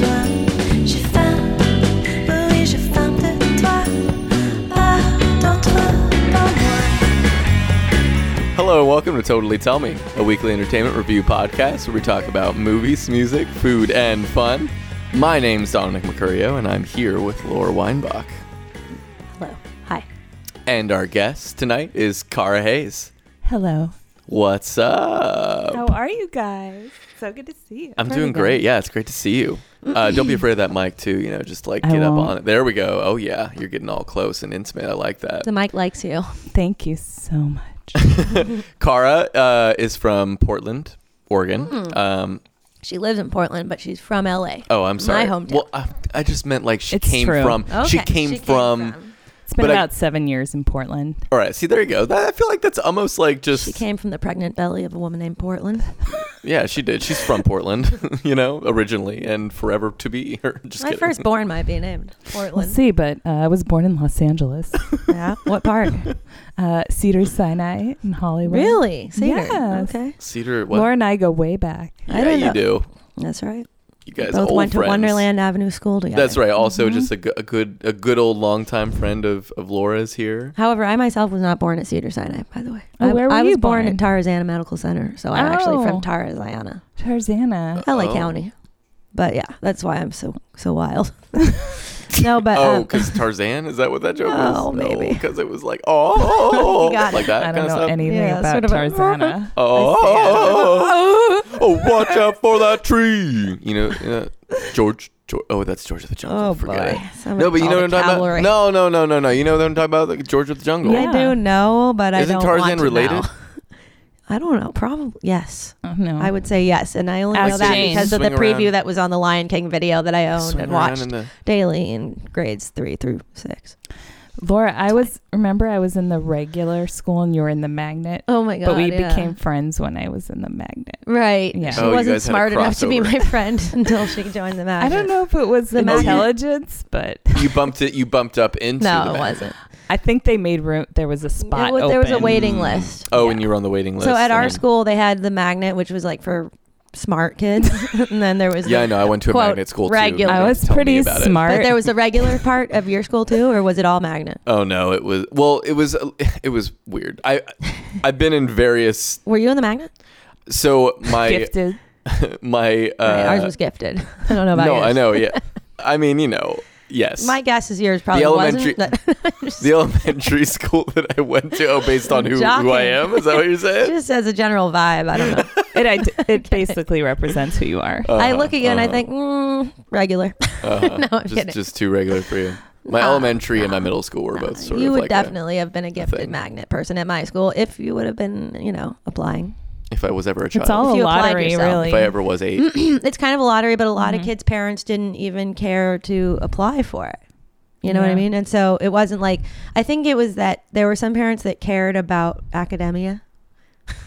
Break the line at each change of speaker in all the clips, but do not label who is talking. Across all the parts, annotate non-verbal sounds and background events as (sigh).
Ah,
Hello and welcome to Totally Tell Me, a weekly entertainment review podcast where we talk about movies, music, food, and fun. My name's Dominic Mercurio, and I'm here with Laura Weinbach.
Hello. Hi.
And our guest tonight is Cara Hayes.
Hello.
What's up?
Oh,
How are you guys? So good to see you.
I'm doing great. Yeah, it's great to see you. Uh,
(clears throat)
don't be afraid of that mic, too. You know, just like
I
get up
won't.
on it. There we go. Oh, yeah. You're getting all close and intimate. I like that.
The mic likes you.
Thank you so
(laughs)
much.
Cara uh, is from Portland, Oregon.
Hmm.
Um,
She lives in Portland, but she's from LA.
Oh, I'm sorry.
My hometown.
Well, I, I just meant like she
It's
came
true.
from.
Okay,
She came from,
It's been
But I-
about seven years in Portland.
All right. See, there you go. That, I feel like that's almost like just.
She came from the pregnant belly of a woman named Portland.
Yeah, she did. She's from Portland, (laughs) you know, originally and forever to be. Or (laughs) just
My
kidding.
firstborn might be named
We'll
Portland.
see, but uh, I was born in Los Angeles,
(laughs) yeah. What part?
uh, Cedars Sinai in Hollywood.
really? Cedar.
Yes.
Okay.
Cedar. What?
Laura and I go way back.
yeah,
I don't
you
know.
do.
That's right.
You guys
Both
old
went
friends.
to Wonderland Mm-hmm. Avenue School together.
That's right. Also, just a, go- a good, a good old longtime friend of of Laura's here.
However, I myself was not born at Cedar Sinai, by the way.
Oh,
I,
where were
I was
you
born,
born?
in Tarzana Medical Center, so I'm actually
Oh.
from Tarzana,
Tarzana.
LA
Oh.
County. But yeah, that's why I'm so so wild. (laughs)
(laughs)
no, but
oh,
um,
because Tarzan is that what that joke was?
(laughs) Oh, maybe.
because it was like (laughs)
(laughs)
oh,
You got
like
it.
that
I
kind
don't
of
know
stuff.
anything
Yeah,
about
sort of a- (laughs)
Tarzana.
Oh, oh, oh, oh, watch out for that tree. You know, you know,
(laughs)
George, George. Oh, that's George of the Jungle.
Oh,
Forget
boy.
it.
Someone
No, but you
call
know what
the
I'm talking
cavalry.
about? No, no, no, no, no. You know what I'm talking about? Like George of the Jungle.
Yeah.
I do know, but I
Isn't
don't
Tarzan
want to
related?
know. (laughs) I don't know. Probably yes.
Oh, no.
I would say yes, and I only
Ask
know that
Jane.
because of the
Swing
preview
around.
that was on the Lion King video that I owned
Swing
and
around
watched
in the-
daily in grades three through six.
Laura, I was, remember I was in the regular school and you were in the magnet?
Oh my god!
but we
yeah.
became friends when I was in the magnet.
right.
Yeah.
She
Oh, you
wasn't
guys had a
smart enough to be
crossover.
my friend (laughs) until she joined the match.
I don't know if it was the
The magnet.
intelligence, but
You bumped it. You bumped up into. the
No, it
ma-
wasn't.
I think they made room. There was a spot
It was- there was a
open.
waiting
Mm.
list.
Oh,
Yeah.
and you were on the waiting list.
So at our
and-
school, they had the magnet, which was like for smart kids, (laughs) and then there was
Yeah,
the-
I know. I went to a
quote,
magnet school too.
regular.
Don't
I was
tell me
pretty
about it.
smart.
But there (laughs) was a regular part of your school too, or was it all magnet?
Oh no, it was well, it was (laughs) it was weird. I I've been in various.
Were you in the magnet?
So my
gifted.
(laughs) my uh,
Right, ours was gifted. I don't know about
no,
yours.
I
(laughs)
know. Yeah, I mean, you know, yes.
My guess is yours probably
elementary-
wasn't. but- (laughs)
the elementary (laughs) school that I went to, oh, based on who, who
Shocking.
I am, is that what you're saying?
just as a general vibe, I don't know.
(laughs)
It id- it basically represents who you are.
I look at you and I think mm, regular. (laughs)
Uh, uh-huh.
No, I'm
just
kidding.
just too regular for you. My
Uh,
elementary and my middle school were both sort
you
of
would
like a-
definitely have been a gifted
thing.
magnet person at my school if you would have been, you know, applying.
(laughs)
(clears throat)
if I was ever a child,
It's all
If
a
you applied
lottery,
yourself.
really.
if I
(laughs)
ever was eight,
it's kind of a lottery, but a lot
Mhm.
of kids' parents didn't even care to apply for it. You know what
Yeah.
I mean? And so it wasn't like I think it was that there were some parents that cared about academia. (laughs)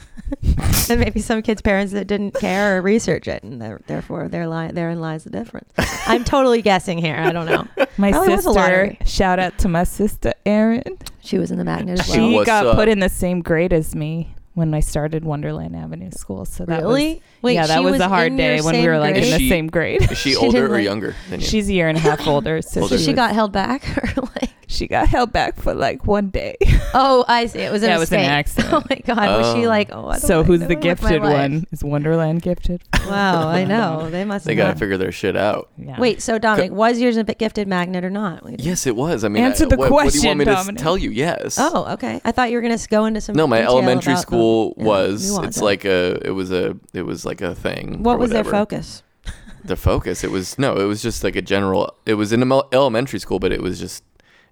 and maybe some kids' parents that didn't care or research it, and there- therefore there li- therein lies the difference. I'm totally guessing here. I don't
(laughs)
know.
my
probably was a
sister.
lottery.
Shout out to my sister Erin.
She was in the magnet as well.
She
What's
got
up?
put in the same grade as me when I started Wonderland Avenue School. So that was
really? Wait,
yeah, that
she
was, a hard
in your
day when we
same
were like in
grade?
the
She-
same grade. (laughs)
is she,
She
older
didn't
or
like-
younger than you?
She's a year and a half older, so
Older.
she,
she
was-
got held back, (laughs) or like,
she got held back for like one day.
oh, I see. It was a
(laughs) Yeah, it was an
mistake. (laughs)
accident.
Oh my god, was she
Oh.
like, oh, I don't
so
like
who's
that
the
with my
gifted
life?
one? Is Wonderland gifted?
(laughs) Wow,
(laughs)
I know. They must
they
have
got to
not-
figure their shit out.
Yeah.
Wait, so Dominic, was yours a bit gifted magnet or not? We-
Yes, it was. I mean,
Answer
I-
the
what, What do you want
question,
me to s-
Dominic.
tell you? Yes.
Oh, okay. I thought you were going to go into some.
No, my
detail
elementary
about the-
school
yeah,
was.
nuance
It's
of it.
like a. It was a. It was like a thing.
What
or
was their
whatever.
focus?
The focus. It was no. It was just like a general. It was in emel- elementary school, but it was just.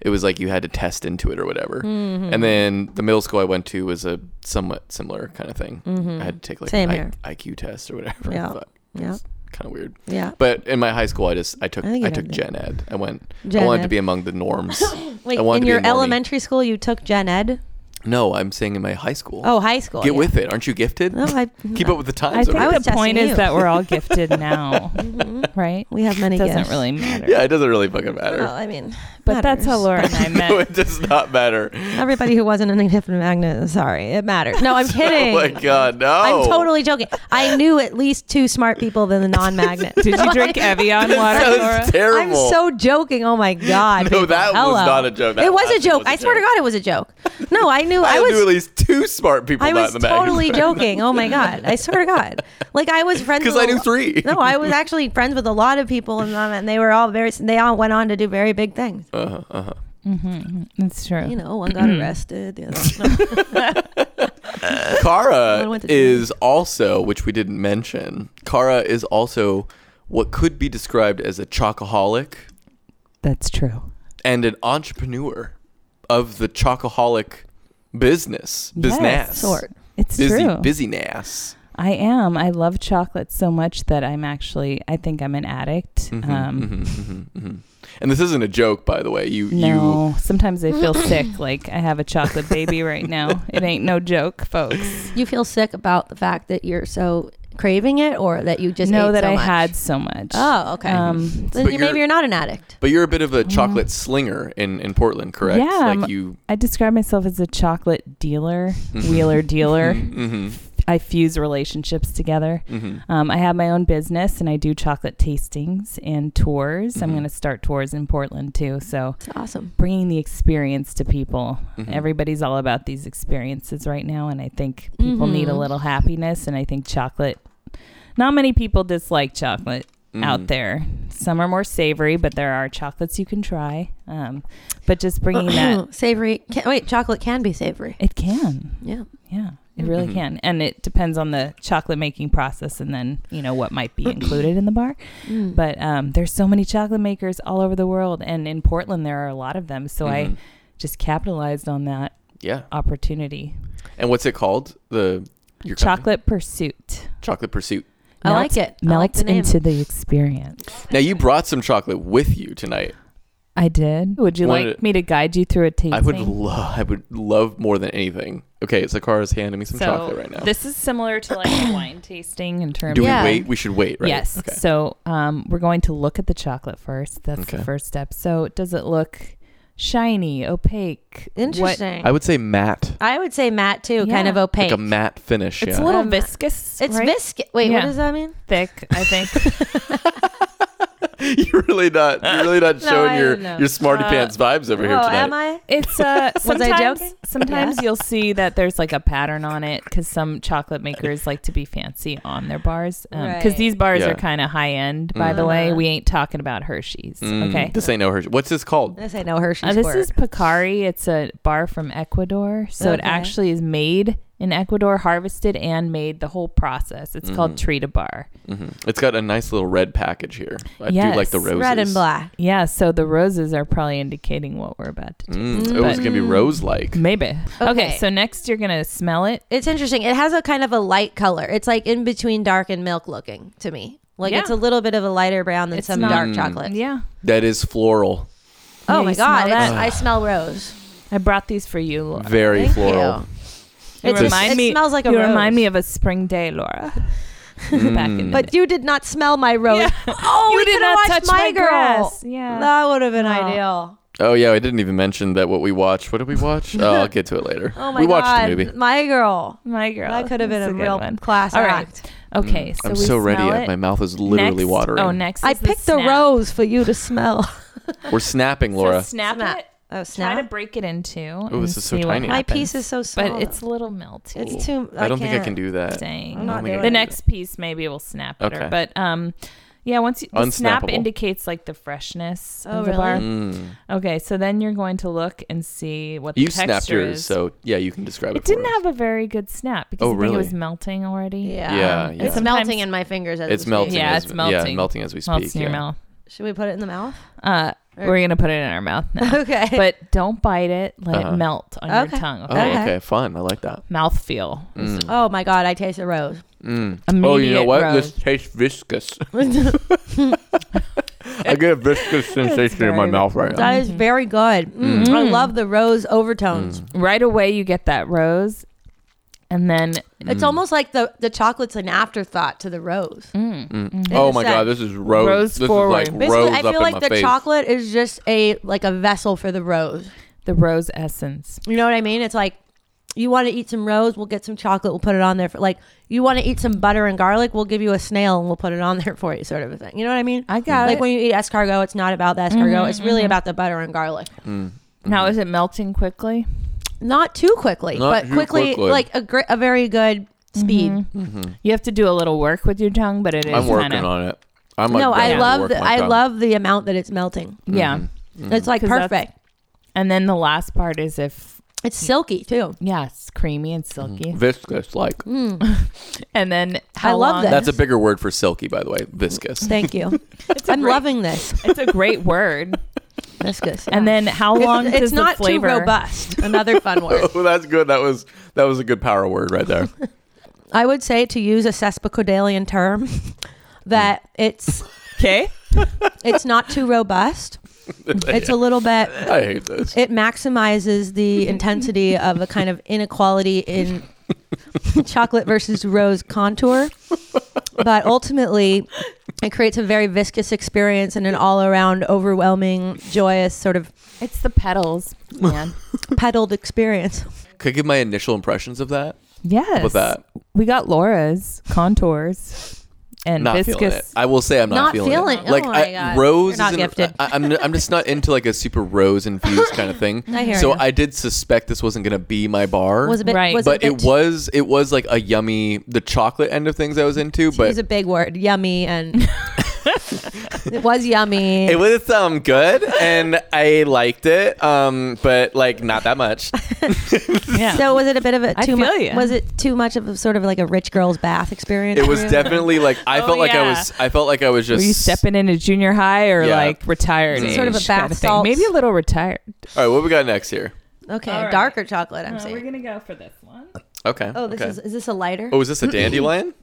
It was like you had to test into it or whatever. Mm-hmm.
Mm-hmm.
And then the middle school I went to was a somewhat similar kind of thing. I had to take like
Mm-hmm. Same
an
here.
I- IQ test or whatever. (laughs)
Yeah.
Fuck,
Yeah,
kind of weird.
yeah.
But in my high school, I just I took
I
I,
think you
took
did.
gen ed. I went. I
Gen
wanted to
ed.
be among
(laughs)
the norms.
Wait,
I wanted
in
to be
your
a normie.
elementary school, you took gen ed.
no, I'm saying in my high school.
Oh, high school.
Get
yeah.
with it. Aren't you gifted?
No, I,
(laughs) Keep up with the
I
times.
think
over here.
was
the point
testing
is
you.
that we're
(laughs)
all gifted now,
Mhm.
right?
We have many.
Doesn't
gifts.
really matter.
Yeah, it doesn't really fucking
Well,
matter.
I mean,
But that's
matters.
how
(laughs)
Laura
(laughs)
and I met.
no, it does not matter.
Everybody who wasn't an Enigma magnet, sorry, it matters. No, I'm kidding.
(laughs) Oh my god, no!
I'm totally joking. I knew at least two smart people than the non-magnet.
Did you drink
(laughs)
Evian
(laughs)
water,
That was
Laura?
I'm
terrible.
so joking. Oh
(laughs)
my god.
No,
people.
that was
Hello.
not a joke. That
it was a
actually
joke.
was a
I swear to
joke.
God, it was a joke. No, I knew.
(laughs) I,
I
knew at
was.
least two smart people
I
not
was
in the magazine.
totally
(laughs)
joking. Oh my god! I swear to God, like I was friends
Because
with
I
a
knew
lo-
three.
No, I
(laughs)
was actually friends with a lot of people, and, um, and they were all very. They all went on to do very big things.
Uh-huh, uh-huh.
Mm-hmm. It's true.
You know, one got arrested. The other, no. (laughs) I
Kara
went to
is also, which we didn't mention, Kara is also what could be described as a chocoholic
That's true.
and an entrepreneur of the chocoholic business. Business.
Sort.
It's
Busy,
true.
busyness.
I am. I love chocolate so much that I'm actually. I think I'm an addict.
Mhm,
um,
mhm, mhm, mhm. And this isn't a joke, by the way. You, mm-hmm. you,
No, sometimes I feel sick. (laughs) Like I have a chocolate
(laughs)
baby right now. It ain't no joke, folks.
(laughs) you feel sick about the fact that you're so craving it, or that you just
know
ate
that
so
I
much?
had so much.
Oh, okay.
Um,
Then
But
you-
you're-
maybe you're not an addict.
but you're a bit of a chocolate slinger in, in Portland, correct?
Yeah,
like
I'm-
you.
I describe myself as a chocolate dealer,
Mhm.
wheeler dealer.
Mhm,
I fuse relationships together.
mhm.
Um, I have my own business and I do chocolate tastings and tours. I'm
Mhm.
going to start tours in Portland too. So
It's awesome.
bringing the experience to people.
Mhm.
Everybody's all about these experiences right now, and I think people need a
Mhm.
little happiness. And I think chocolate. Not many people dislike chocolate
Mhm.
out there. Some are more savory, but there are chocolates you can try. Um, but just bringing
(coughs) (clears throat)
that,
savory. Can, wait, chocolate can be savory.
it can,
Yeah.
yeah, it really
Mhm.
can, and it depends on the chocolate making process, and then you know what might be included in the bar.
Mm.
But um, there's so many chocolate makers all over the world, and in Portland there are a lot of them. So I
Mhm.
just capitalized on that
Yeah.
opportunity.
And what's it called? The your company?
Chocolate Pursuit.
Chocolate Pursuit.
I
Melt-
like it. I
Melt
like the name.
into the experience.
Now you brought some chocolate with you tonight.
I did. Would you
Wanted
like
to-
me to guide you through a tasting?
I would love. I would love more than anything. Okay, Zakara's handing me some chocolate right now.
This is similar to like a
(coughs)
wine tasting in terms
Do
Yeah.
we wait? We should wait, right?
Yes.
Okay.
So um, we're going to look at the chocolate first. That's
Okay.
the first step. So does it look shiny, opaque? What-
Interesting.
I would say matte,
I would say matte too, kind
Yeah.
of opaque.
like a matte finish.
it's
yeah.
a little
Um,
viscous.
it's
right?
biscuit. Wait,
Yeah.
what does that mean?
thick, I think.
(laughs) you're really not. You're really
(laughs)
not
No,
showing
I
your
don't know.
your smarty
Uh,
pants vibes over here
oh,
tonight.
am I?
It's uh
(laughs) Was I
sometimes
joking?
sometimes you'll see that there's like a pattern on it because some chocolate makers like to be fancy on their bars because
Right.
these bars
Yeah.
are kind of high end. By the
Mm.
way, we ain't talking about Hershey's.
Mm,
okay,
This ain't no Hershey. What's this called?
This ain't no Hershey's.
Uh, this
squirt.
is Picari. It's a bar from Ecuador, so it
Okay.
actually is made in Ecuador, harvested and made. The whole process. It's called
Mm-hmm.
Trita Bar.
Mhm. It's got a nice little red package here. I do like the
Yes.
roses.
red and black.
Yeah, so the roses are probably indicating what we're about to do.
Mm, It was gonna be rose like.
Maybe. Okay.
Okay.
so next you're gonna smell it.
It's interesting. It has a kind of a light color. It's like in between dark and milk looking to me. Like
Yeah.
it's a little bit of a lighter brown than
It's
some
not-
dark
Mm.
chocolate.
Yeah.
That is floral.
Oh
Yeah,
my
you smell
god, it's,
that?
I smell rose.
I brought these for you, Laura.
Very
Thank
floral.
You
It's-
remind
it
me.
smells like a
you
rose.
remind me of a spring day, Laura. (laughs)
Mm.
Back in the
But you did not smell my rose.
(laughs) Yeah.
(laughs) Oh, we could have watched my girl.
grass. Yeah.
That would have been
No.
ideal.
Oh yeah, I didn't even mention that what we watched. What did we
(laughs)
watch? oh, I'll get to it later.
Oh my
we
god,
watched the movie.
my girl.
my girl.
that could have been
That's
a
good
real Mm.
one.
class
All right.
act.
Okay. So
I'm
we
so ready.
smell It.
My mouth is literally
Next-
watering.
Oh, next.
I
is the
picked the
snap.
rose for you to smell.
We're snapping, Laura.
So snap,
Snap.
it.
Oh,
Try to
snap.
break it into.
Ooh, this
and
is so
see what
tiny.
My
happens.
piece is so small.
But it's a little melty.
it's too.
I, don't think I can do that.
I'm not
I don't
Dang.
think I
doing
can
The
it.
do
next piece maybe will snap better.
Okay.
But um, yeah. Once you, the snap
Unsnappable.
indicates like the freshness
Oh,
of the bar.
that. Mm.
Okay. So then you're going to look and see what
You
the texture
snapped yours,
is.
so yeah, you can describe it.
It didn't
for us.
have a very good snap because
Oh,
I think it was
really?
melting already.
Yeah.
Yeah,
And
yeah.
It's
Sometimes-
melting in my fingers. As
It's
we
melting.
speak.
Yeah,
as,
it's
Yeah,
melting.
melting as we speak.
Melts in your
yeah.
mouth.
Should we put it in the (laughs) mouth?
Uh,
Or-
we're gonna put it in our mouth
(laughs)
now.
Okay.
But don't bite it. Let
Uh-huh.
it melt on
Okay.
your tongue.
Oh,
Okay.
okay.
Okay.
fun. I like that.
Mouth feel.
Mm.
oh my god, I taste a (laughs) rose.
Mm.
Immediate
Oh, you know what?
rose.
This tastes viscous. I get a viscous sensation in my
very-
mouth right now.
That is very
Mm.
good. Mm, I love the rose overtones.
Right away, you get that rose. and then
Mm.
It's almost like the the chocolate's an afterthought to the rose.
mm,
Oh my
It's that
god, this is rose.
rose
this
forward.
is like
Basically,
rose
I
up
feel
in
like
my
the
face.
chocolate is just a like a vessel for the rose.
the rose essence.
You know what I mean? It's like you want to eat some rose, we'll get some chocolate, we'll put it on there. For, like you want to eat some butter and garlic, we'll give you a snail and we'll put it on there (laughs) for you, sort of a thing. You know what I mean?
I got
like
it.
when you eat escargot, it's not about the escargot;
Mm-hmm,
it's really about the butter and garlic.
Now is it melting quickly?
Not too quickly,
Not
but
too
quickly,
quickly. Mm-hmm.
like a gr- a very good speed.
You have to do a little work with your tongue, but it is
I'm working
kind of
on it. I'm like
No, I
dying to
love
work
the,
my Mm.
I
tongue.
love the amount that it's melting.
yeah.
Mm-hmm.
It's like
'Cause that's-
perfect.
And then the last part is if
It's silky too.
yes, creamy and silky.
Mm-hmm. viscous like.
Mm,
And then how
I love
long-
that. (laughs)
(laughs)
That's a bigger word for silky, by the way. Viscous.
Thank (laughs) you.
a
I'm
great-
loving this.
It's a great word.
Viscous.
And then how
It's-
long
it's
does
not
the flavor?
too robust. Another fun word.
(laughs) Oh, that's good. That was that was a good power word right there.
(laughs) I would say to use a sesquicodalian term that it's
Okay.
it's not too robust. It's a little bit
(laughs) I hate this.
it maximizes the intensity of a kind of inequality in (laughs) chocolate versus rose contour. But ultimately, it creates a very viscous experience and an all around overwhelming, joyous, sort of
It's the petals, man.
petaled experience.
Could I give my initial impressions of that?
(laughs) yes.
With that,
We got Laura's contours and
not feeling it.
viscous.
I will say I'm not,
Not feeling-
it.
oh
Like
my
I,
God.
rose
You're not
isn't-
gifted.
I, am I'm just not into like a super rose
(laughs)
infused kind of thing.
I hear
so
you.
I did suspect this wasn't gonna be my bar.
Was a bit,
Right.
was
but
a
it
bit,
was it was like a yummy the chocolate end of things I was into,
to use
but
a big word, yummy, and
(laughs)
it was yummy.
it was um good and I liked it. Um but like not
(laughs)
that much.
yeah.
so was it a bit of a
I
too
feel
much?
ya.
Was it too much of a sort of like a rich girl's bath experience?
It
for (laughs)
was
you?
definitely like I
Oh,
felt like I
yeah.
was I felt like I was just
Were you stepping into junior high or
Yeah.
like retired?
It's sort of
age
a
kind
bath
thing?
salts.
Maybe a little retired.
All right, what we got next here?
Okay,
All right. Uh,
darker chocolate. I'm saying.
gonna go for this one.
Okay.
Oh, this
okay.
is is this a lighter?
Oh,
(clears throat)
is this a dandelion?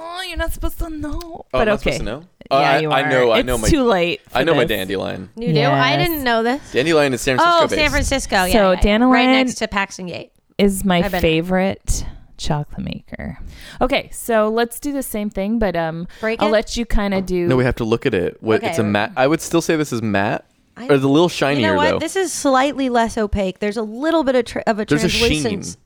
Oh, you're not supposed to know.
Oh,
but
am I
okay.
supposed to know?
Yeah,
Oh, I,
you are.
I know I know
It's
my
too late.
I
for
know my
this.
dandelion.
You do? I
Yes.
didn't know this.
Dandelion is San Francisco
Oh, San
based.
Francisco. Yeah,
So
yeah, yeah. right
Danilin-
next to Paxton Gate.
Is my
I've been-
favorite chocolate maker. Okay, so let's do the same thing, but um,
Break
I'll
it?
let you kind of do.
No, we have to look at it. What
Okay,
it's a
we're-
matte. I would still say this is matte,
I-
or the little
You
shinier
know what?
though.
This is slightly less opaque. There's a little bit of, tr of a
There's a sheen.
translucent.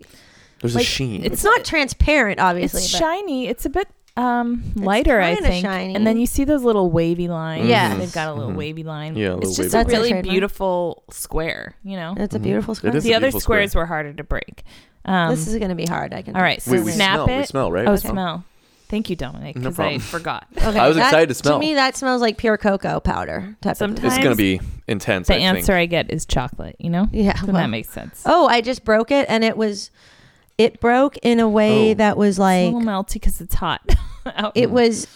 There's
like,
a sheen.
It's not transparent,
it's
obviously. but
shiny. It's a bit um lighter, I
kinda
think.
shiny.
And then you see those little wavy lines.
Yes.
they've got a little wavy line.
Mm-hmm. Yeah, a little
it's
wavy
just a
line. That's a
really
trademark.
beautiful square. You know,
It's a beautiful square.
Mm-hmm. It is
the
a
other
beautiful
squares were harder to break. Um,
this is going to be hard. I can.
all right. So
we, we
snap
smell.
it.
We smell, right?
Oh,
We
smell. Thank you, Dominic,
No
because I
problem.
forgot.
Okay,
I was
that-
excited to smell.
To me, that smells like pure cocoa powder. Type
Sometimes-
It's
Of
gonna be intense.
the
I think.
answer I get is chocolate. You know,
yeah.
so
well-
that makes sense.
oh, I just broke it, and it was, it broke in a way
Oh. Mm.
that was
It's
like
a little melty because it's hot. (laughs) out.
it was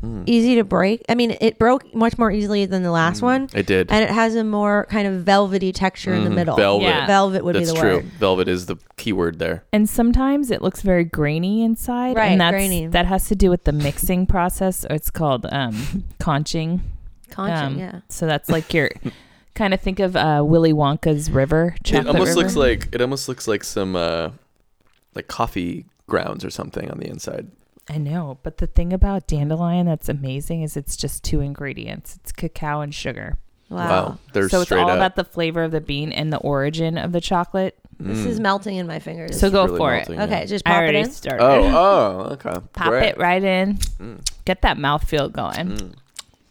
Hmm.
easy to break. I mean, it broke much more easily than the last one,
Hmm. It did.
and it has a more kind of velvety texture in the
Mhm,
middle.
Velvet.
Yeah.
Velvet would
That's
be the
true.
word.
Velvet is the key word there.
and sometimes it looks very grainy inside,
Right,
And that's
grainy.
that has to do with the mixing process. Or it's called um, conching.
Conching,
Um,
yeah.
So that's like
(laughs)
your kind of think of uh, Willy Wonka's river. Chocolate
it almost
river.
looks like it almost looks like some uh, like coffee grounds or something on the inside.
I know, but the thing about dandelion that's amazing is it's just two ingredients: it's cacao and sugar.
Wow.
they're
so it's
straight
all
up.
about the flavor of the bean and the origin of the chocolate.
This is melting in my fingers.
So go
Mm. really
for
melting,
it.
yeah.
okay, just
I
pop it
already
in. (laughs)
started.
Oh, oh, okay.
Pop
Great. Mm,
it right in. Get that mouthfeel going.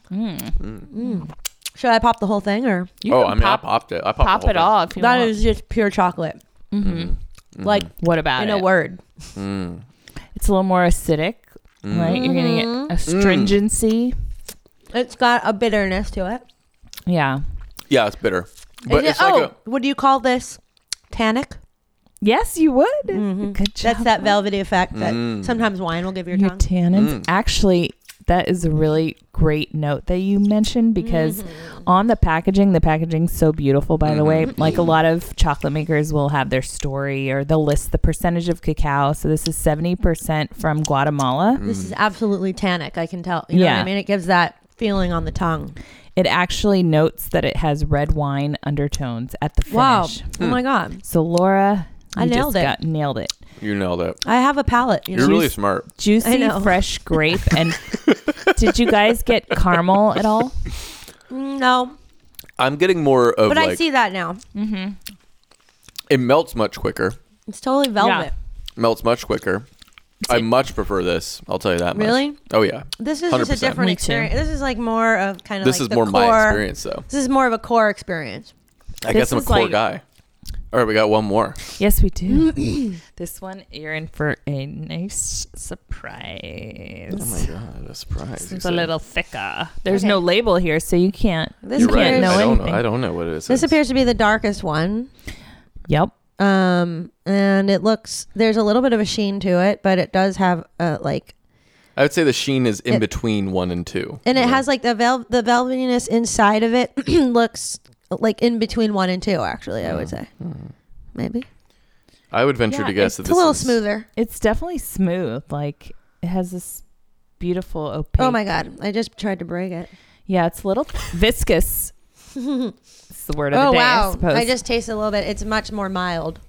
Mm.
Mm. Should I pop the whole thing or?
You
mm. Oh,
can
I mean,
pop,
I popped it. I popped the whole Mm-hmm.
pop it
thing.
all if you
That
want. Mm-hmm.
is just pure chocolate, Mm-hmm. like
what about
in
it?
a word.
Mm-hmm.
It's a little more acidic, right? You're gonna
Mm-hmm.
get astringency.
It's got a bitterness to it.
Yeah.
Yeah, it's bitter,
Is
but
it-
it's like
oh,
a.
what do you call this? Tannic.
Yes, you would. Mm-hmm. Good job.
Mm-hmm. That's that velvety effect that
Mm.
sometimes wine will give your
your
tongue.
tannins. Actually, that is a really great note that you mentioned because
Mm-hmm.
on the packaging, the packaging's so beautiful, by the way. Like a lot of chocolate makers will have their story or they'll list the percentage of cacao. So this is 70% from Guatemala.
This is
Mm.
absolutely tannic. I can tell. You know what
Yeah.
I mean? It gives that feeling on the tongue.
It actually notes that it has red wine undertones at the finish.
Hmm.
Oh my god.
So Laura,
I
you
nailed it.
just Got, nailed it.
You nailed it.
I have a palate. You
You're
know?
really smart.
Juicy
know.
fresh
(laughs)
grape and did you guys get caramel at all?
Mm, no,
I'm getting more of
but
like
I see that now.
Mm-hmm.
it melts much quicker.
It's totally velvet.
Melts much quicker. I much prefer this. I'll tell you that much.
Really?
Oh yeah.
This is just
100%.
a different
Me too.
experience. This is like more of kind of
This
like
is
the
more
core.
my experience though.
This is more of a core experience.
I
This
guess I'm a
is
core
like-
guy. All right, we got one more.
Yes, we do.
(clears throat)
this one, you're in for a nice surprise.
Oh my god, a surprise!
It's a little thicker. There's no label here, so you can't.
This
You're
you
right.
can't know
I don't
anything.
know. I don't know what it is.
This appears to be the darkest one.
Yep.
Um, and it looks there's a little bit of a sheen to it, but it does have uh like
I would say the sheen is in
It-
between one and two.
and it has like the vel- the velvetiness inside of it (clears throat) looks like in between one and two. Actually, I would say maybe
I would venture
Yeah,
to guess
Hmm.
that
it's
this
a little
is,
smoother.
It's definitely smooth. Like it has this beautiful opaque.
Oh my god, I just tried to break it.
Yeah, it's a little viscous.
(laughs)
it's the word of
Oh
the day, I
wow,
suppose.
I just taste a little bit. It's much more mild.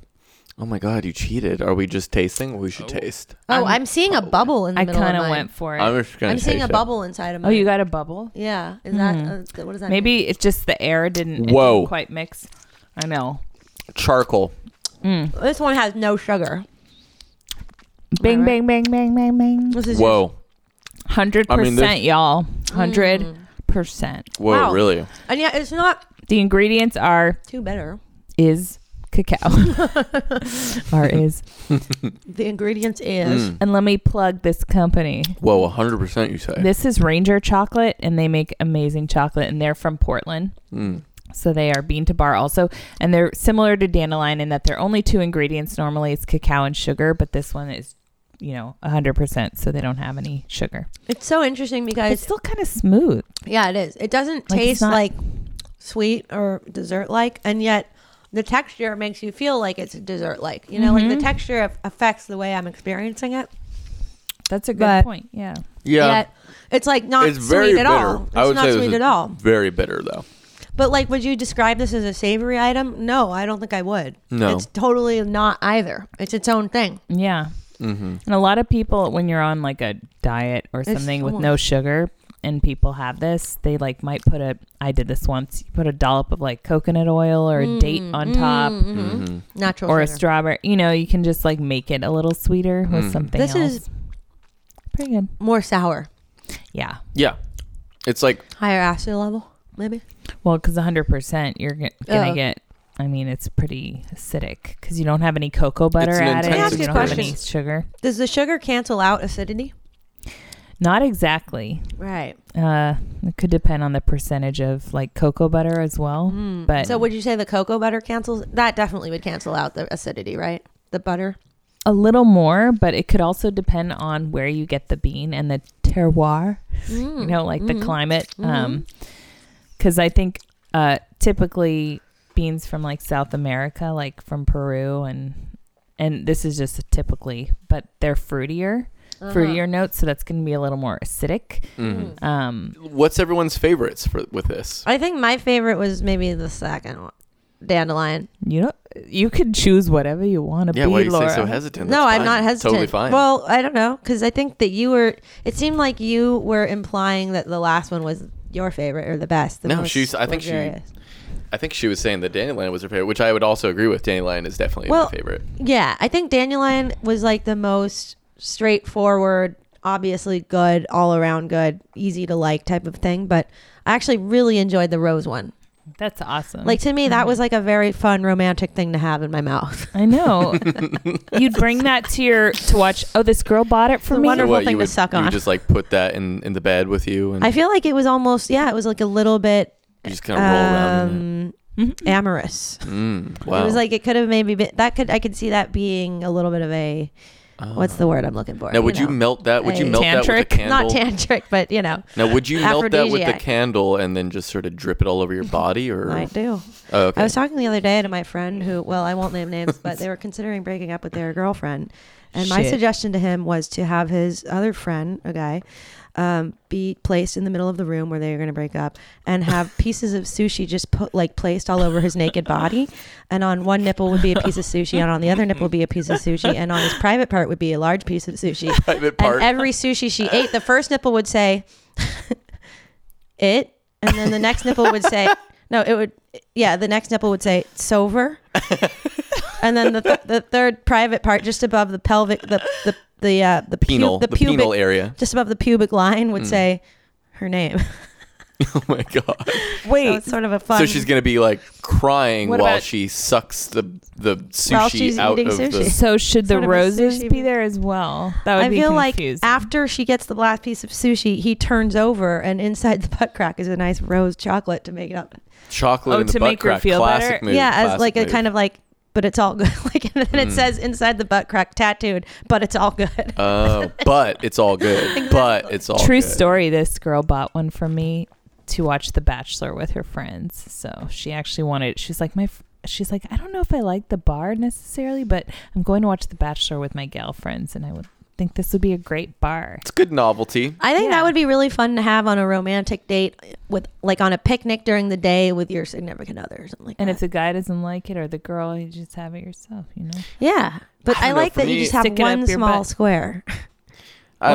Oh my god, you cheated! Are we just tasting? We should taste.
Oh, I'm, seeing a bubble in the
I
middle.
kind
of
of
mine.
went for it.
I'm just gonna.
I'm seeing
taste
a
it.
bubble inside of
oh,
mine.
you got a bubble?
Yeah, is that uh, what is that? mean?
Maybe it's just the air didn't, it didn't
Whoa.
quite mix. I know.
Charcoal.
Mm.
this one has no sugar.
Bing,
Alright.
bang, bang, bang, bang, bang.
This is
Whoa,
Hundred
I mean, this-
percent, y'all. Hundred percent.
whoa,
Wow.
really?
just- and yeah, it's not
The ingredients are
too bitter.
is (laughs) cacao. or is.
The ingredients is
Mm.
And let me plug this company.
Hmm. Whoa, hundred percent. You say?
This is Ranger Chocolate, and they make amazing chocolate, and they're from Portland.
Mm.
So they are bean to bar also, and they're similar to dandelion in that they're only two ingredients normally. It's cacao and sugar, but this one is, you know, hundred percent. So they don't have any sugar.
it's so interesting because
It's still kind of smooth.
Yeah, it is. It doesn't
Like, it's
taste
not-
like sweet or dessert like, and yet the texture makes you feel like it's dessert like. You know, like the
Mm-hmm.
texture af- affects the way I'm experiencing it.
That's a good
But-
point. Yeah.
yeah,
Yet it's like not
it's very
sweet at
bitter.
all. It's
I would
not
say this
sweet
is
at all.
Very bitter though.
But like, would you describe this as a savory item? No, I don't think I would.
No.
it's totally not either. It's its own thing.
Yeah.
Mm-hmm.
And a lot of people, when you're on like a diet or something with no sugar, and people have this, they like might put a. I did this once. You put a dollop of like coconut oil or a date on Mm-hmm. top,
Mm-hmm.
Natural
or a
sugar.
strawberry. You know, you can just like make it a little sweeter
Mm.
with something.
This
else.
is-
pretty good.
more sour,
Yeah.
Yeah, it's like
higher acid level, maybe.
Well, because 100%, you're g- going to
Oh.
get. I mean, it's pretty acidic because you don't have any cocoa butter
an
added.
intense
You don't have any
experience.
sugar.
Does the sugar cancel out acidity?
Not exactly.
Right.
Uh, it could depend on the percentage of like cocoa butter as well. But
Mm. So would you say the cocoa butter cancels? That definitely would cancel out the acidity, right? The butter.
a little more, but it could also depend on where you get the bean and the terroir,
Mm. Hmm.
you know, like
Mm-hmm.
the climate. Um 'cause cause I think, uh, typically beans from like South America, like from Peru and, and this is just typically, but they're fruitier,
Uh-huh.
fruitier notes. So that's going to be a little more acidic.
Hmm.
Um,
hmm. what's everyone's favorites for with this?
I think my favorite was maybe the second one, dandelion.
you know, you could choose whatever you want to
Yeah,
be,
why are you
Laura.
say so hesitant?
No,
That's
I'm
fine.
not hesitant.
Totally fine.
Well, I don't know because I think that you were. It seemed like you were implying that the last one was your favorite or the best. The
No,
most
she's- I think she-
luxurious.
I think she was saying that dandelion was her favorite, which I would also agree with. Dandelion is definitely
Well,
my favorite.
Yeah, I think dandelion was like the most straightforward, obviously good, all around good, easy to like type of thing. But I actually really enjoyed the rose one.
That's awesome.
Like to me, that was like a very fun romantic thing to have in my mouth. (laughs)
I know. You'd bring that to your to watch. Oh, this girl bought it for
The
me.
wonderful
what,
thing
you
to
would,
suck
You
on.
would just like put that in in the bed with you, and
I feel like it was almost yeah, it was like a little bit
you just kind of roll around. In it.
um, amorous.
Mm, wow.
um, It was like it could have maybe been that could I could see that being a little bit of a what's the word I'm looking for?
Ah. now, would you
know.
melt that? Would you
a-
melt that with a
Tantric?
candle?
not tantric, but you know,
now, would you melt that with a
Aphrodisiac.
candle and then just sort of drip it all over your
(laughs)
body, or?
I do.
oh, okay.
I was talking the other day to my friend who, well, I won't name names, but they were considering breaking up with their girlfriend. And my
Shit.
suggestion to him was to have his other friend, a guy, um, be placed in the middle of the room where they were going to break up, and have pieces of sushi just put like placed all over his naked body. And on one nipple would be a piece of sushi, and on the other nipple would be a piece of sushi, and on his private part would be a large piece of sushi.
Private part.
And every sushi she ate, the first nipple would say, (laughs) "It," and then the next nipple would say, (laughs) "No, it would." Yeah, the next nipple would say, "It's
(laughs)
over," and then the, th- the third private part, just above the pelvic, the the the uh, the, pu-
penal, the,
the pubic,
penal area. (laughs) Hmm.
just above the pubic line, would say her name. (laughs)
Oh my god!
Wait,
so it's sort of a fun.
So she's gonna be like crying
What
while
about-
she sucks the the sushi
While she's
out of
eating sushi.
the.
So should the
Sort of a
roses
sushi-
be there as well? That would
I
be
feel
confusing.
like after she gets the last piece of sushi, he turns over, and inside the butt crack is a nice rose chocolate to make it up.
Chocolate
Oh,
in the
to
butt
make her
crack.
feel
classic
better?
move.
yeah, as
classic
like
move.
a kind of like, but it's all good. (laughs) like, and then
Mm.
it says inside the butt crack tattooed, but it's all good. (laughs)
Oh, but it's all good. But it's all
True
good.
story. This girl bought one from me to watch The Bachelor with her friends. So she actually wanted. She's like my. f- She's like I don't know if I like the bar necessarily, but I'm going to watch The Bachelor with my gal friends, and I would think this would be a great bar.
It's good novelty.
I think
Yeah.
that would be really fun to have on a romantic date with, like, on a picnic during the day with your significant other or something. Like
And
that.
if the guy doesn't like it or the girl, you just have it yourself. You know.
yeah, but I,
I don't know,
like
for
that
me-
you just have
Stick it
one
up your
small
butt.
square,
I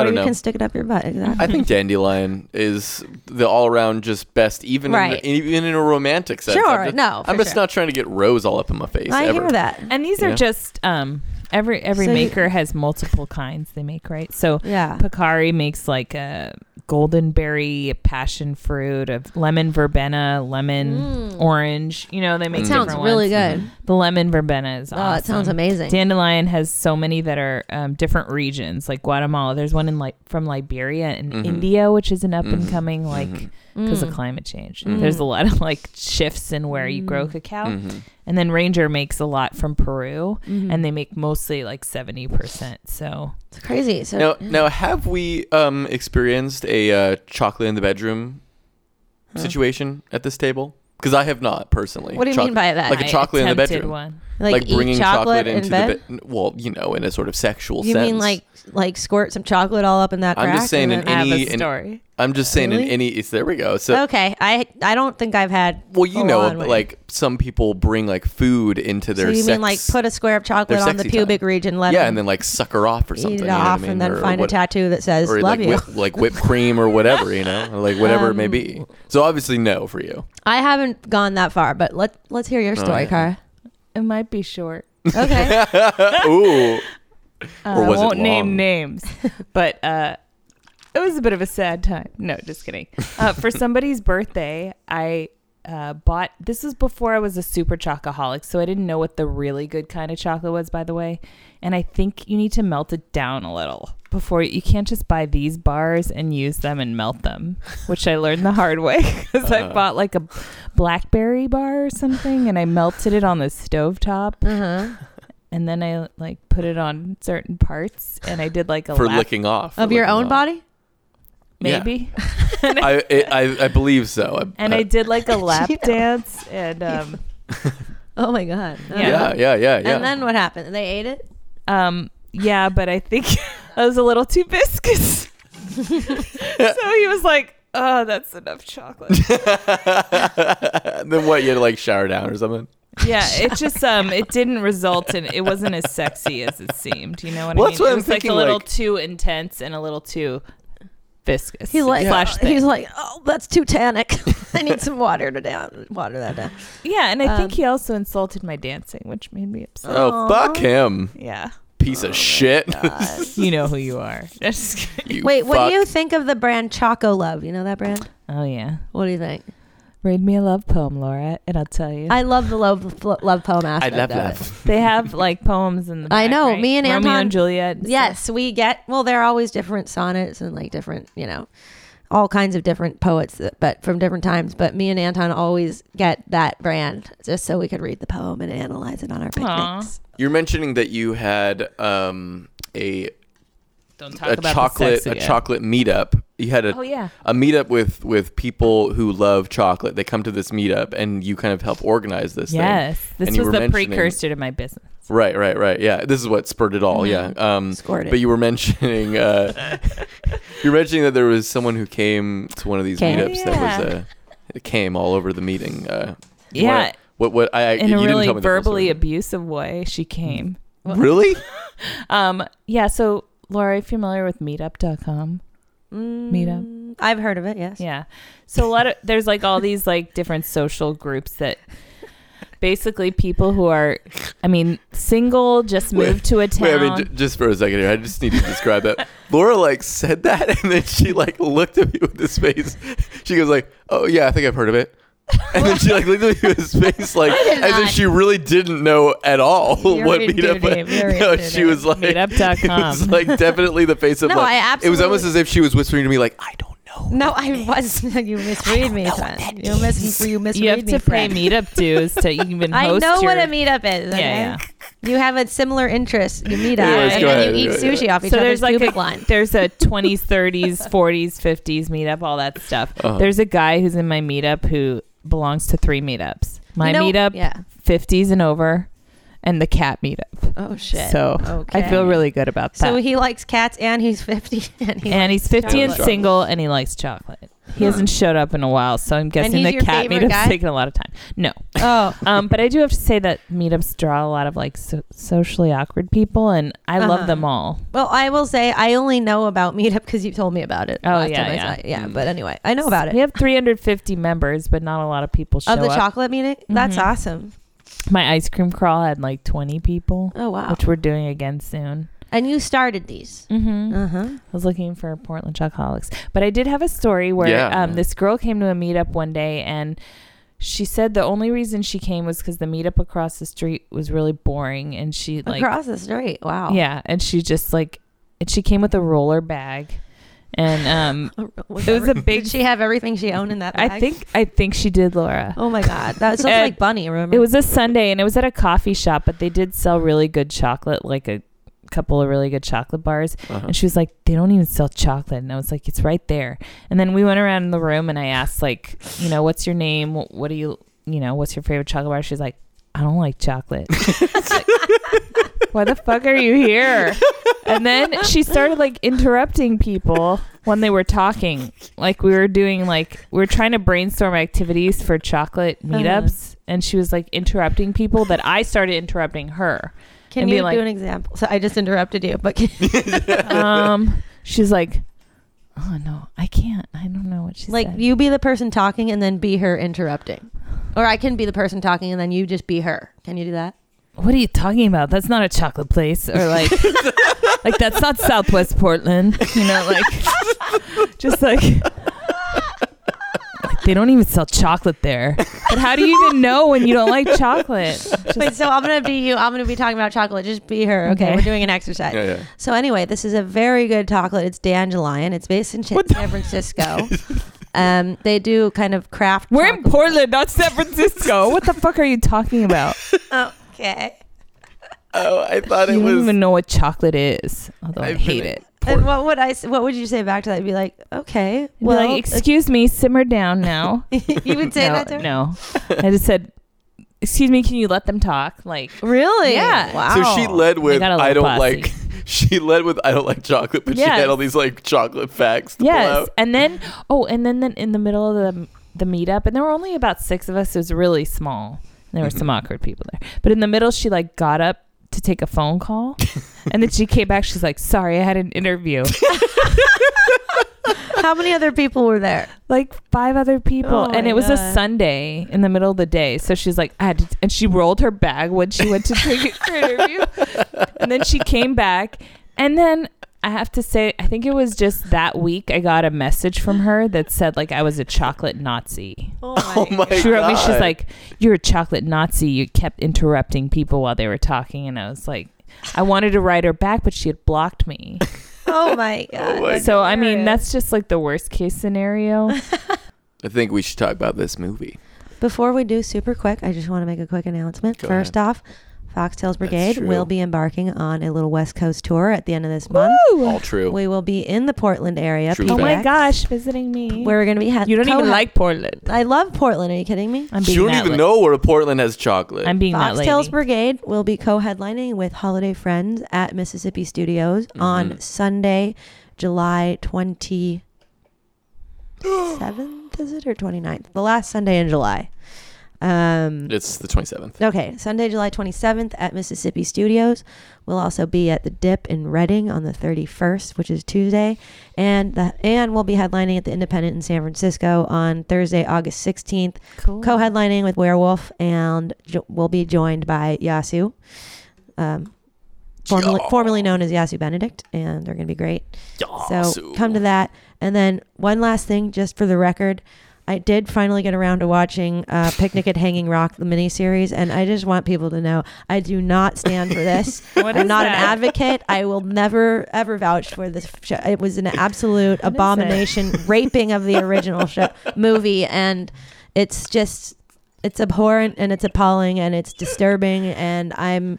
(laughs) or
don't
you
know.
can stick it up your butt. Exactly. (laughs)
I think dandelion is the all around just best, even
Right.
in the, even in a romantic sense.
Sure,
I'm just,
no, for
I'm just
sure.
not trying to get rose all up in my face.
I
ever.
hear that.
And these
You
are
know?
just um every every
So you-
maker has multiple kinds they make, right? So
Yeah.
Picari makes like a golden berry, a passion fruit, a lemon verbena, lemon
Mm.
orange. You know, they make
It
It
sounds
sounds
different
really
ones.
good.
Mm-hmm.
The lemon verbena is awesome.
Oh, it sounds amazing.
Dandelion has so many that are um, different regions, like Guatemala. There's one in like from Liberia and
Mhm.
India, which is an up and
Mhm.
coming like
Mhm.
because
Mm.
of climate change.
Mm.
There's a lot of like shifts in where you grow
Mm.
cacao.
Mhm.
And then Ranger makes a lot from Peru, and they make mostly like 70%. So
Mm-hmm. it's crazy. So
Now, now, have we um, experienced a uh, chocolate in the bedroom
Huh?
situation at this table? Because I have not personally.
what do you
Choc-
mean by that?
Like a
I
chocolate in the
attempted
bedroom.
One.
Like, eat chocolate in bed?
the bed? Well, you know, in a sort of sexual
You
sense.
mean like like squirt some chocolate all up in that?
I'm just
rack and
saying
then-
in
I have
Any-
a
and-
story.
I'm just saying in
Really?
any. It's, there we go. So
okay, I I don't think I've had.
Well, you
full
know,
on one.
like some people bring like food into
So
their.
you
sex,
mean like put a square of chocolate
their
on the
sexy
pubic
time.
region, let
yeah,
him
and then like suck her off or something.
eat
you
it
know what I
off,
mean?
and then
Or
find
what-
a tattoo that says
or
"love
like
you."
Whip, like whipped cream or whatever,
(laughs)
you know, or like whatever it may
Um,
be. So obviously, no for
(laughs)
you.
I haven't gone that far, but let let's hear your
Oh,
story,
yeah. (laughs)
Cara.
It might be short.
Okay,
Ooh,
Uh,
Or was it
I won't
long?
name
(laughs)
names, but uh, it was a bit of a sad time. No, just kidding.
(laughs)
Uh, for somebody's birthday, I uh, bought. This was before I was a super chocoholic, so I didn't know what the really good kind of chocolate was, by the way. And I think you need to melt it down a little before you can't just buy these bars and use them and melt them, which I learned the hard way (laughs) because I
Uh.
bought like a blackberry bar or something, and I melted it on the stove top
(laughs) uh-huh.
and then I like put it on certain parts, and I did like a
for
lap,
licking off for
of your
licking
own
off.
body.
Yeah. (laughs)
maybe,
I, uh, I I believe so. I,
and I did
(laughs)
like a lap
You know.
dance, and um,
Oh my god! Uh-huh.
yeah,
Yeah.
yeah, yeah, yeah.
And then what happened? They ate it.
um, yeah, but I think (laughs) I was a little too viscous, (laughs) so he was like, "Oh, that's
(laughs)
enough chocolate."
Then what? You had to like shower down or something.
Yeah, it just um, it didn't result in it wasn't as sexy as it seemed. You know what
Well,
I mean?
that's what
it
I'm
was
thinking,
like a little
like-
too intense and a little too viscous.
He like
slash
he was
thin.
like, "Oh, that's too tannic. (laughs) I need some water to down water that
(laughs)
down."
yeah, and I think
um,
he also insulted my dancing, which made me upset.
Oh, fuck him,
Yeah.
piece of shit.
God.
You know who you are. (laughs) Just kidding.
(laughs) You
Wait, what
fuck.
do you think of the brand Choco Love? You know that brand?
Oh yeah.
What do you think?
Read me a love poem, Laura, and I'll tell you.
I love the love love poem
I
aspect.
love
of it.
that.
they have like poems in the.
I
back,
know,
right?
me and
Romeo
Anton-
and Juliet. and stuff.
Yes, we get. Well, there are always different sonnets and like different, you know, all kinds of different poets, that- but from different times. But me and Anton always get that brand just so we could read the poem and analyze it on our
Aw.
picnics.
You're mentioning that you had um, a
Don't talk
a
about the
chocolate
sex
a
again.
chocolate meetup. You had a
Oh yeah.
a meetup with with people who love chocolate. They come to this meetup, and you kind of help organize this.
Yes.
And
This
you
was
were
the
mentioning-
precursor to my business.
thing. Right. Right. Right. Yeah. This is what spurred it all. Yeah. Um,
Scored it.
But you were mentioning
(laughs)
uh, you were mentioning that there was someone who came to one of these
Came.
meetups that was
Yeah.
uh, it came all over the meeting. Uh, you
Yeah.
wanna- what what I I-
in
you
a
didn't
really
tell me the full
verbally
story.
abusive way she came.
really Mm-hmm.
Um yeah, so Laura, are you familiar with meetup.com? Meetup.
Mm, I've heard of it. Yes.
Yeah. So a lot of there's like all these like different social groups that basically people who are I mean, single, just
Wait,
moved to a town.
Wait, I mean, j- just for a second here, I just need to
(laughs)
describe that. Laura like said that, and then she like looked at me with this face. She goes like, "Oh yeah, I think I've heard
(laughs)
of it." And then she like looked at me with this face, like
did
as if
not.
she really didn't know at all
You're
what meetup.
intuitive.
was.
You're
No, she
intuitive.
was like,
Meetup.com.
it was like definitely the face of
No,
like.
I
It was
absolutely-
almost as if she was whispering to me like, "I don't know."
No, I was. (laughs) (laughs) You misread me, son. You mis. You misread
you have
me,
to pay
friend.
meetup dues
(laughs)
to even
I
host
know
your,
what a meetup is.
Yeah,
okay?
yeah.
You have a similar interest. You meet up,
Anyways,
and
go
then
ahead,
you eat
yeah, yeah.
sushi off each
so
other's
there's like
pubic
a,
line.
there's a 20s 30s 40s 50s meetup all that stuff
Uh-huh.
there's a guy who's in my meetup who belongs to three meetups my
You know-
meetup
Yeah.
50s and over and the cat meetup
Oh shit.
so i feel really good about that
So he likes cats, and he's fifty, (laughs) and he.
and he's 50 and
chocolate.
single and he likes chocolate he hasn't showed up in a while so i'm guessing
he's
the
your
cat
favorite
meetup's
guy?
taking a lot of time no
oh,
(laughs) um, but I do have to say that meetups draw a lot of like so- socially awkward people, and I love
Uh-huh.
them all.
well, I will say I only know about Meetup because you told me about it.
Oh,
last
yeah,
time I
yeah.
saw it. yeah. But anyway, I know about it.
We have 350 members, but not a lot of people show
of the
up.
chocolate meeting, that's
Mhm.
awesome.
My ice cream crawl had like 20 people,
Oh wow!
which we're doing again soon.
And you started these.
Mm-hmm.
Uh huh.
I was looking for Portland Chocoholics, but I did have a story where
Yeah.
um, this girl came to a meetup one day and. She said the only reason she came was because the meetup across the street was really boring, and she like
Across the street. Wow.
Yeah, and she just like and she came with a roller bag, and
(laughs)
um, it was a big.
Oh, Did she have everything she owned in that? Bag?
I think I think she did, Laura.
Oh my god, that
(laughs)
sounds
And
like Bunny. Remember?
It was a Sunday, and it was at a coffee shop, but they did sell really good chocolate, like a couple of really good chocolate bars.
Uh-huh.
And she was like, "They don't even sell chocolate," and I was like, "It's right there." And then we went around in the room, and I asked, like, you know, what's your name? What, what do you, you know, what's your favorite chocolate bar? She's like, "I don't like chocolate." Why the fuck are you here? And then she started like interrupting people when they were talking. Like we were doing like we were trying to brainstorm activities for chocolate meetups and she was like interrupting people that I started interrupting her.
Can
and be
you
like-
do an example? So I just interrupted you, but can,
(laughs) Um she's like, Oh no, I can't. I don't know what she
like
said.
you be the person talking and then be her interrupting, or I can be the person talking and then you just be her. Can you do that?
what are you talking about? That's not a chocolate place, or
(laughs)
like, like that's not Southwest Portland. You know, like, just like, like, they don't even sell chocolate there. But how do you even know when you don't like chocolate? Just-
Wait, so I'm gonna be you. I'm gonna be talking about chocolate. Just be her. Okay,
Okay.
we're doing an exercise.
(laughs) Yeah, yeah.
So anyway, this is a very good chocolate. It's Dandelion. It's based in San
(laughs)
Francisco. um, they do kind of craft.
we're in Portland, not San Francisco. What the fuck are you talking about?
chocolate. okay.
(laughs) Oh, I thought
You
it
don't
was.
even know what chocolate is, although i
I've
hate
been-
it.
And what would I? s- What would you say back to that? You'd be like, okay,
Well,
well,
like, excuse me, simmer down now.
you would (laughs) say
(laughs) no,
that to her. (laughs)
no, I just said, excuse me, can you let them talk? Like.
Really?
Yeah.
Wow.
So she led with
got a
I
little
don't
bossy.
like. (laughs) She led with I don't like chocolate, but she
Yes.
had all these like chocolate facts. To
Yes,
pull out. (laughs)
and then oh, and then then in the middle of the the meetup, and there were only about six of us. It was really small. There were some awkward people there, but in the middle, she like got up to take a phone call, and then she came back. She's like, "Sorry, I had an interview."
How many other people were there?
like five other people,
Oh
and
my
it was a
God.
Sunday in the middle of the day. So she's like, "I had," to, and she rolled her bag when she went to take it for interview,
(laughs)
and then she came back, and then. I have to say, I think it was just that week I got a message from her that said like I was a chocolate Nazi.
(laughs) Oh my
she wrote me she's
God.
like you're a chocolate nazi you kept interrupting people while they were talking and i was like i wanted to write her back but she had blocked me
Oh
(laughs)
my god.
my
That's
so i mean
hilarious.
that's just like the worst case
(laughs)
scenario
I think we should talk about this movie.
Before we do super quick, I just want to make a quick announcement.
Go
First off, Foxtails Brigade
true.
will be embarking on a little West Coast tour at the end of this month.
All true.
We will be in the Portland area.
True
Oh my
PDX,
gosh, visiting me.
Where we're going to be. Ha-
you don't even
co-ha-
like Portland.
I love Portland. Are you kidding me?
I'm being
She don't
that
even
la-
know where Portland has chocolate.
I'm being that lady.
Foxtails Brigade will be co-headlining with Holiday Friends at Mississippi Studios on Sunday, July 27th, is it, or 29th? The last Sunday in July. Um,
it's the 27th.
Okay, Sunday, July 27th at Mississippi Studios. We'll also be at the Dip in Reading on the 31st, which is Tuesday, and the and we'll be headlining at the Independent in San Francisco on Thursday, August 16th.
Cool.
Co-headlining with Werewolf, and jo- we'll be joined by Yasu, um, formerly,
Yeah.
formerly known as Yasu Benedict, and they're gonna be great.
Yeah,
So come to that. And then one last thing, just for the record, I did finally get around to watching uh, Picnic at Hanging Rock, the miniseries, and I just want people to know I do not stand for
(laughs)
this.
What
I'm
is
not
that?
an advocate. I will never ever vouch for this show. It was an absolute abomination, raping of the original show movie, and it's just. It's abhorrent and it's appalling and it's disturbing and I'm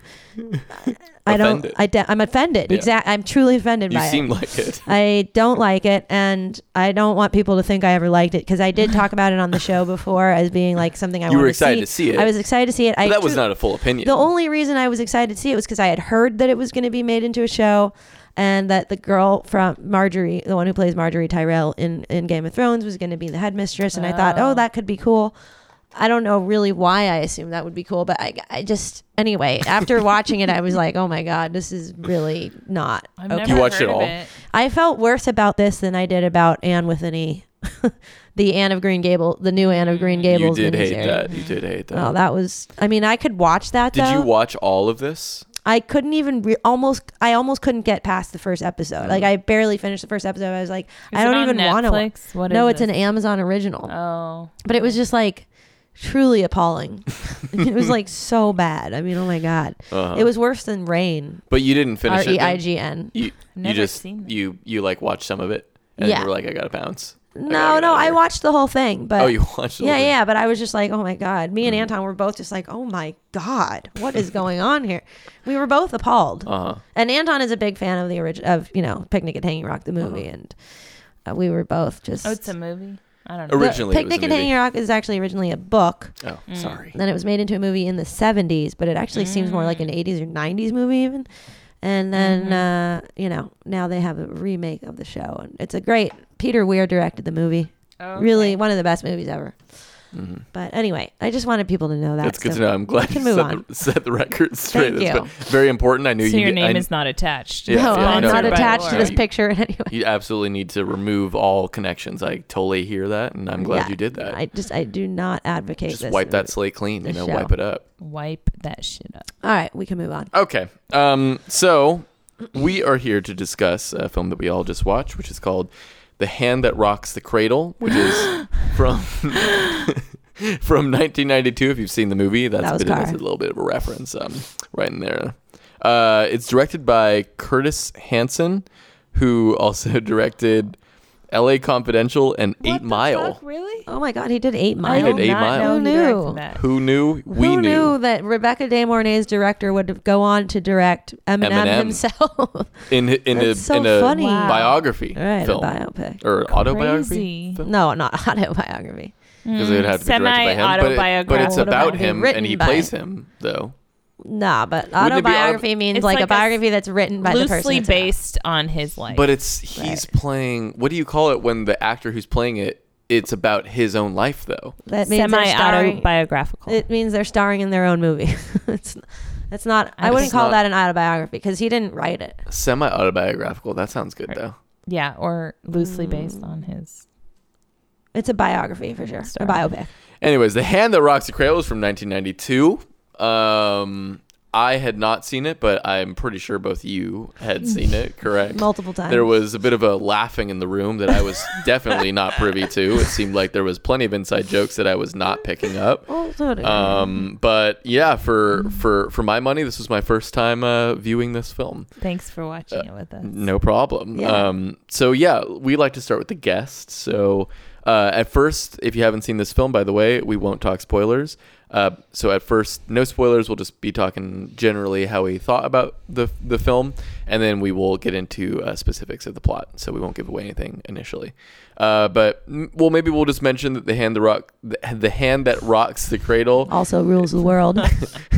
I don't
Offended.
I de- I'm offended.
Yeah.
Exact I'm truly offended
(laughs) You
by it.
seem like it.
I don't like it, and I don't want people to think I ever liked it because I did talk about it on the show before as being like something I
You were
wanted
excited
to
to
see.
see it.
I was excited to see it. I
But that was
tru-
not a full opinion.
the only reason I was excited to see it was because I had heard that it was going to be made into a show, and that the girl from Marjorie, the one who plays Marjorie Tyrell in in Game of Thrones, was going to be the headmistress, and I thought,
Oh.
oh, that could be cool. I don't know really why I assumed that would be cool, but I, I just anyway
(laughs)
after watching it, I was like, oh my god, this is really not
I've
okay.
never
You watched it
heard of
all?
I felt worse about this than I did about Anne with an E, (laughs) the Anne of Green Gable, the new Anne of Green
Mm, you
Gables.
did hate
miniseries.
that. You did hate that.
Oh, that was. I mean, I could watch that.
Did
though.
you watch all of this?
I couldn't even re- almost. I almost couldn't get past the first episode. Like I barely finished the first episode. I was like,
Mm. Is
I
it
don't
on
even want to.
Netflix? What
No,
is
it's an
this?
Amazon original,
Oh.
but it was just like truly appalling. (laughs) it was like so bad. I mean, oh my god,
Uh-huh.
it was worse than Rain.
but you didn't finish
R
it. then?
e i g n.
You, you
Never
just
seen that.
you you like watched some of it, and
Yeah.
you were like, I gotta bounce. I gotta
No,
get
no,
out of
I
here.
watched the whole thing, but
Oh, you (laughs) watched. the
yeah,
whole thing. Mm.
yeah, but I was just like, oh my god. Me and Anton were both just like, oh my god, what is going on here? We were both appalled.
Uh-huh.
And Anton is a big fan of the origin of you know Picnic at Hanging Rock, the
Uh-huh.
movie, and uh, we were both just.
Oh, it's a movie? I don't know.
The
Originally, it was a
Picnic at
movie.
Hanging Rock is actually originally a book.
Oh, sorry.
Then it was made into a movie in the '70s, but it actually seems more like
Mm.
an '80s or '90s movie even. And then
Mm-hmm.
uh, you know now they have a remake of the show, and it's a great. Peter Weir directed the movie.
Oh,
Really, one of the best movies ever.
Mhm.
But anyway, I just wanted people to know that.
That's good
so
to know. I'm glad
we
you
can move
set
on.
the, (laughs) set the record straight.
Thank
That's been very important. I knew
So
you.
your
get- I
name
kn-
is not attached.
Yeah,
no,
yeah,
I'm
no,
not
you're right.
attached to
No,
this
you-
picture (laughs) in any way.
You absolutely need to remove all connections. I totally hear that, and I'm glad
Yeah,
you did that.
I just I do not advocate
Just
this.
wipe that
movie.
slate clean. You
the
know,
show.
wipe it up.
Wipe that shit up.
All right, we can move on.
Okay. Um, so we are here to discuss a film that we all just watched, which is called The Hand That Rocks the Cradle, which
(laughs)
is from (laughs) from 1992. If you've seen the movie, that's,
That
a,
was
bit of,
Cara.
that's a little bit of a reference um, right in there. Uh, it's directed by Curtis Hanson, who also (laughs) directed L.A. Confidential and Eight Mile.
really?
Oh my God, he did Eight Mile.
did Eight Mile.
Who knew?
(laughs) Who knew? We
Who knew that Rebecca De Mornay's director would go on to direct Eminem,
Eminem.
himself? (laughs)
in in a,
That's so
in a
funny.
Wow.
biography
right,
film
a biopic.
or autobiography
Crazy.
film.
No, not (laughs) autobiography.
because it would have to be directed by him. But, it- but it's
Semi-autobiographical.
about him,
Written
and he
by-
plays him though.
Nah, but
auto-
autobiography means
It's
like, a
like a s-
biography that's written by the person.
Loosely
it's about.
based on his life.
But it's he's playing. What do you call it when the actor who's playing it? It's about his own life though.
That means they're starring-
semi-autobiographical.
It means they're starring in their own movie. (laughs) it's that's not. I
It's
wouldn't call
not-
that an autobiography because he didn't write it.
Semi autobiographical. That sounds good though.
yeah, or loosely based on
Mm.
his.
It's a biography for sure.
Sorry.
A biopic.
Anyways, the hand that rocks the cradle is from 1992. Um, I had not seen it, but I'm pretty sure both you had seen
(laughs)
it. Correct.
Multiple times.
There was a bit of a laughing in the room that I was definitely not privy to. It seemed like there was plenty of inside jokes that I was not picking up.
Oh, so did I.
Um, but yeah, for for for my money, this was my first time uh, viewing this film.
Thanks for watching it with us.
No problem.
Yeah.
Um, so yeah, we like to start with the guests. So uh, at first, if you haven't seen this film, by the way, we won't talk spoilers. Uh, so at first, no spoilers. We'll just be talking generally how we thought about the the film, and then we will get into uh, specifics of the plot. So we won't give away anything initially. Uh, but m- well, maybe we'll just mention that the hand the rock the, the hand that rocks the cradle
Also rules the
(laughs)
world.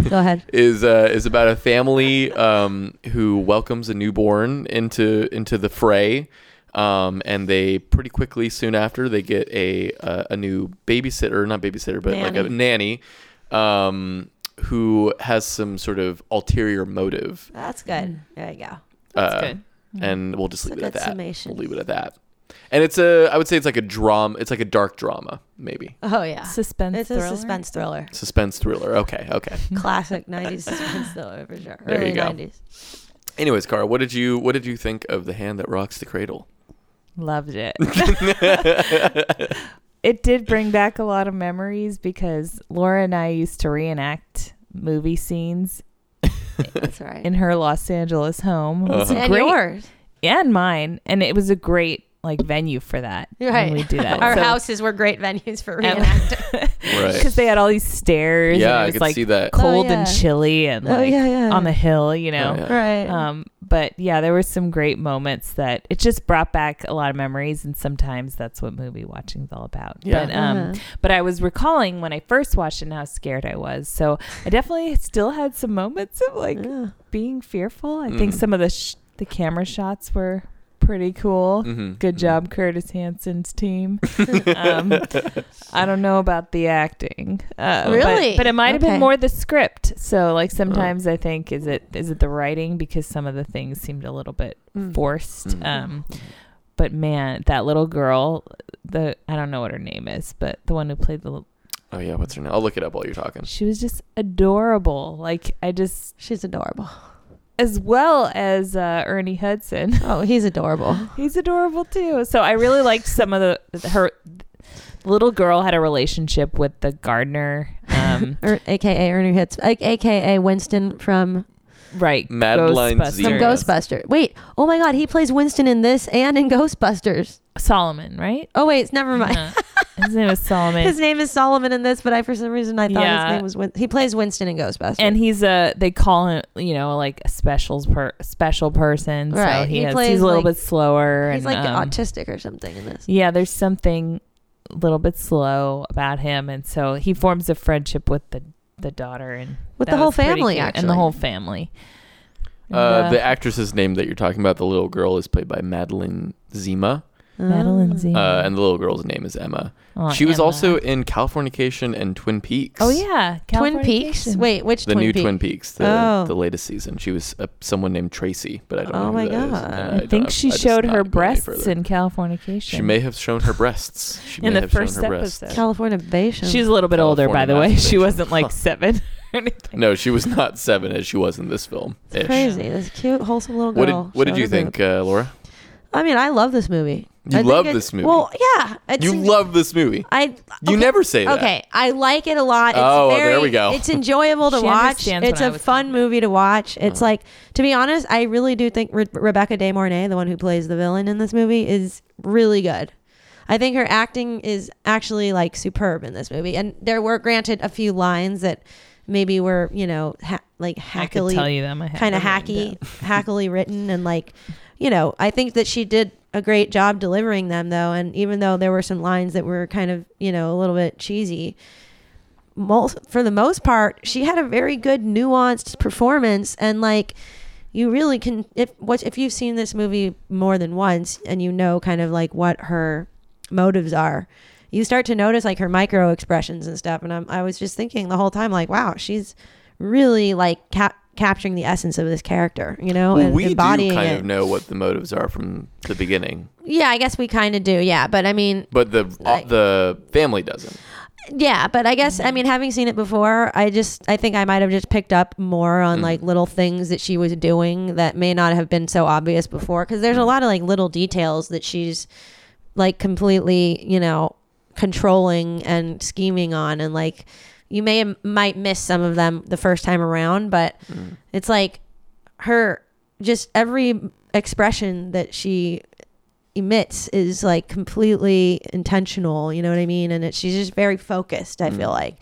Go ahead.
is uh, is about a family um, who welcomes a newborn into into the fray, um, and they pretty quickly soon after they get a uh, a new babysitter, not babysitter, but like a nanny, um, who has some sort of ulterior motive.
That's
Mm.
good. There you go.
That's
good.
And we'll just
That's
leave
a
it at
good
that.
summation.
We'll leave it at that. And it's a, I would say it's like a drama. It's like a dark drama, maybe
Oh yeah.
Suspense.
It's
thriller? Mm-hmm.
a suspense
(laughs)
thriller.
suspense thriller. Okay, okay.
Classic 90s suspense thriller for sure.
There
Early
you go.
90s.
Anyways, Cara, what did you what did you think of the hand that rocks the cradle? (laughs)
Loved it. it did bring back a lot of memories because Laura and I used to reenact movie scenes
That's right.
in her Los Angeles home. It was a
Uh-huh.
and
great,
yours.
and mine, and it was a great like venue for that. when
Right.
we do
(laughs)
that.
Our
So-
houses were great venues for
And-
reenacting.
Right.
because they had all these stairs.
Yeah,
and
I
it was
could
like
see that.
cold
Oh, yeah. Oh,
and chilly, and (laughs) like
yeah.
on the hill, you know.
Oh, yeah.
Right.
Um, but yeah, there were some great moments that it just brought back a lot of memories, and sometimes that's what movie watching's all about.
Yeah.
But um,
Uh-huh.
but I was recalling when I first watched it and how scared I was. So I definitely still had some moments of like
Yeah.
being fearful. I think
Mm.
some of the sh- the camera shots were pretty cool.
Mhm.
Good
Mhm.
job, Curtis
(laughs)
Hansen's team. um, I don't know about the acting, uh, but-
Really?
but, it might have
Okay.
been more the script. So,
Mm.
like sometimes I think is it is it the writing because some of the things seemed a little bit forced.
Mm.
Um, but man, that little girl, the I don't know what her name is, but the one who played the l-
Oh yeah, what's her name? I'll look it up while you're talking.
she was just adorable. Like I just
She's adorable.
as well as uh, Ernie Hudson. (laughs)
Oh, he's adorable.
He's adorable too. So I really liked some of the her little girl had a relationship with the gardener.
(laughs)
Um,
Er, AKA Ernie Hits, like, AKA Winston from,
right.
Madeline
Ghostbusters.
from
Zero.
Ghostbusters. Wait, oh my God, he plays Winston in this and in Ghostbusters.
Solomon, right?
Oh, wait, it's never mind.
Yeah. His (laughs) name is Solomon.
His name is Solomon in this, but I for some reason I thought
Yeah.
his name was Win- he plays Winston in Ghostbusters.
and he's a they call him you know like a specials per special person
Right.
so he,
He
has,
plays,
he's a little
like-
bit slower
he's
and
like
um,
autistic or something in this.
yeah there's something a little bit slow about him and so he forms a friendship with the the daughter and
With
that
the whole
was pretty
family,
cute. and
actually.
the whole family
Uh,
And, uh,
the actress's name that you're talking about, the little girl, is played by Madeline Zima,
Oh.
Madeline Z.
uh, and the little girl's name is Emma. she was also in Californication and Twin Peaks.
oh yeah
Twin Peaks.
Californication.
Wait, which
the
Twin
new
Peaks?
Twin Peaks, the,
Oh.
the latest season. She was uh, someone named Tracy, but I don't
Oh
know. who
my
that is,
God.
and
I,
don't
think
know.
she
I just
showed
not
her
going any
breasts
further.
in Californication
She may have shown her breasts. She may
In the
have
first
shown her breasts.
episode.
Californiation.
She's a little bit older, by the
California
way. She
masturbation.
wasn't
Huh.
like seven
(laughs)
or anything.
No, she was not seven as she was in this film.
It's
Ish.
crazy. This cute, wholesome little
What did
girl.
What did
showed
you
her boob.
think, uh, Laura?
I mean, I love this movie.
You
I think
love
it-
this movie.
Well, yeah. It's,
You love this movie.
I.
You
okay,
never say that.
Okay, I like it a lot. It's
Oh, well,
very,
there we go.
It's enjoyable to
She
watch.
understands
It's
what I
a
was
fun
talking
movie to watch. It's
Uh-huh.
like, to be honest, I really do think Re- Rebecca De Mornay, the one who plays the villain in this movie, is really good. I think her acting is actually like superb in this movie. And there were granted a few lines that maybe were you know ha- like
I could
hackily
tell you them. I had
kind of
them written
hacky,
down.
hackily written, and like, you know, I think that she did a great job delivering them though. And even though there were some lines that were kind of, you know, a little bit cheesy, most for the most part, she had a very good nuanced performance, and like, you really can if what if you've seen this movie more than once and you know kind of like what her motives are. You start to notice like her micro expressions and stuff, and I'm, I was just thinking the whole time like, wow, she's really like cap- capturing the essence of this character, you know,
Well,
and
we do kind
embodying it.
of know what the motives are from the beginning,
Yeah, I guess we kind of do. Yeah, but I mean,
but the uh,
Like-
the family doesn't.
yeah, but I guess I mean, having seen it before, I just I think I might have just picked up more on like little things that she was doing that may not have been so obvious before because there's a lot of like little details that she's like completely, you know, controlling and scheming on and like you may might miss some of them the first time around, but it's like her just every expression that she emits is like completely intentional. You know what I mean? And it, she's just very focused. I feel like.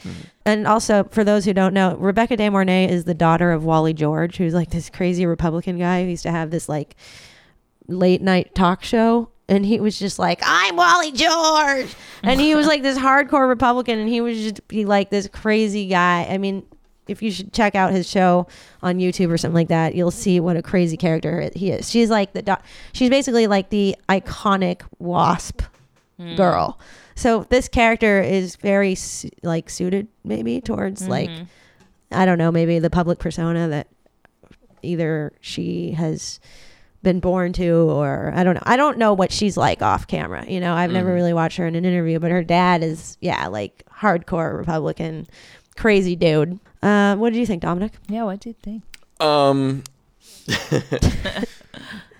And also, for those who don't know, Rebecca De Mornay is the daughter of Wally George, who's like this crazy Republican guy who used to have this like late night talk show. And he was just like, I'm Wally George. And he was like this hardcore Republican. And he was just be like this crazy guy. I mean, if you should check out his show on YouTube or something like that, you'll see what a crazy character he is. She's like the, do- she's basically like the iconic wasp
Mm.
girl. So this character is very su- like suited maybe
Mm-hmm.
towards like I don't know, maybe the public persona that either she has been born to or I don't know. I don't know what she's like off camera. You know, I've never really watched her in an interview, but her dad is yeah, like hardcore Republican crazy dude. Uh, what did you think, Dominic?
Yeah, what do you think?
Um.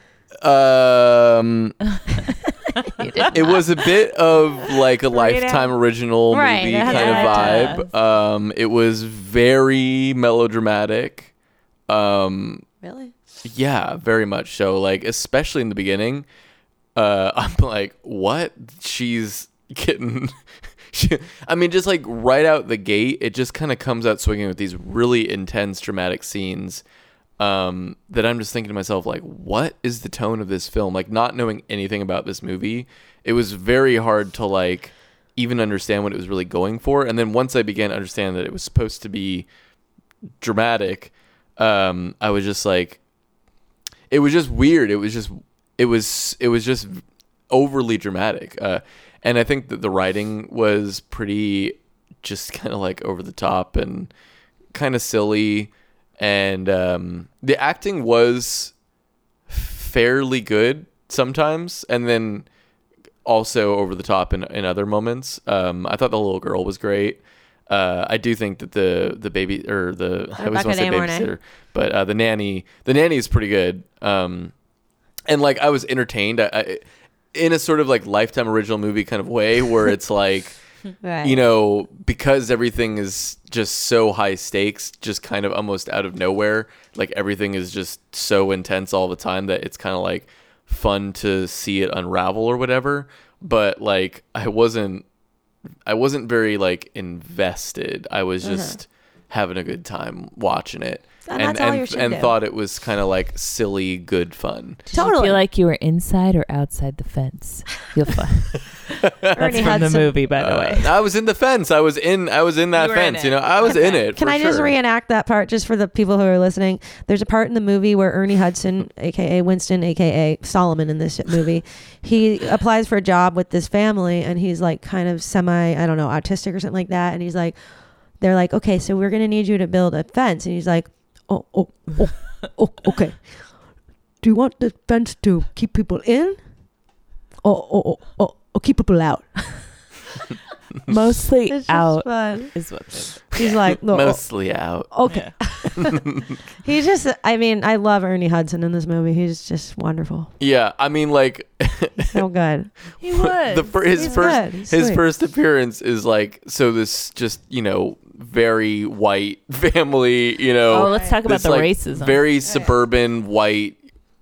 (laughs) um. it was a bit of like a lifetime original
Right,
movie
it had
kind
that.
of vibe. Um, it was very melodramatic. Um,
Really?
yeah, very much so. Like, especially in the beginning, uh, (laughs) I'm like, what? She's getting. (laughs) she- I mean, just like right out the gate, it just kind of comes out swinging with these really intense dramatic scenes um, that I'm just thinking to myself, like, what is the tone of this film? Like, not knowing anything about this movie, it was very hard to like even understand what it was really going for. And then once I began to understand that it was supposed to be dramatic, um, I was just like, it was just weird. It was just it was it was just overly dramatic. Uh, and I think that the writing was pretty just (laughs) kind of like over the top and kind of silly. And um, the acting was fairly good sometimes, and then also over the top in, in other moments. Um, I thought the little girl was great. Uh, I do think that the the baby or the I always want to
Rebecca
say
De Mornay.
babysitter, but uh, the nanny the nanny is pretty good. Um, and like I was entertained I, I, in a sort of like lifetime original movie kind of way where it's like
Right.
you know because everything is just so high stakes just kind of almost out of nowhere like everything is just so intense all the time that it's kind of like fun to see it unravel or whatever but like I wasn't I wasn't very like invested I was just having a good time watching it
Mm-hmm. And that's all you should
and
do.
thought it was kind of like silly good fun
Did you
Totally.
feel like you were inside or outside the fence?
(laughs)
You'll find. That's
Ernie
from the
Hudson.
movie, by
(laughs)
the way.
Uh, I was in the fence. I was in. I was in that
You were in
fence.
it.
you know, I
(laughs)
was in it.
Can
for
I just
sure.
reenact that part just for the people who are listening? There's a part in the movie where Ernie Hudson,
(laughs)
aka Winston, aka Solomon, in this movie, he applies for a job with this family, and he's like kind of semi, I don't know, autistic or something like that, and he's like, they're like, okay, so we're gonna need you to build a fence, and he's like, oh, oh, oh, oh okay. Do you want the fence to keep people in, or oh, oh, oh, oh, keep people out?
Mostly out
fun.
is what.
(laughs)
they-
He's
(laughs)
like, look,
Mostly out.
okay.
Yeah.
He just, I mean, I love Ernie Hudson in this movie. He's just wonderful.
Yeah, I mean, like (laughs)
So good.
(laughs) He was.
the fir- his
He's
first
good. He's
his
sweet.
first appearance is like so. This just you know very white (laughs) family. You know,
oh, let's talk about
this,
the
like,
racism.
Very suburban white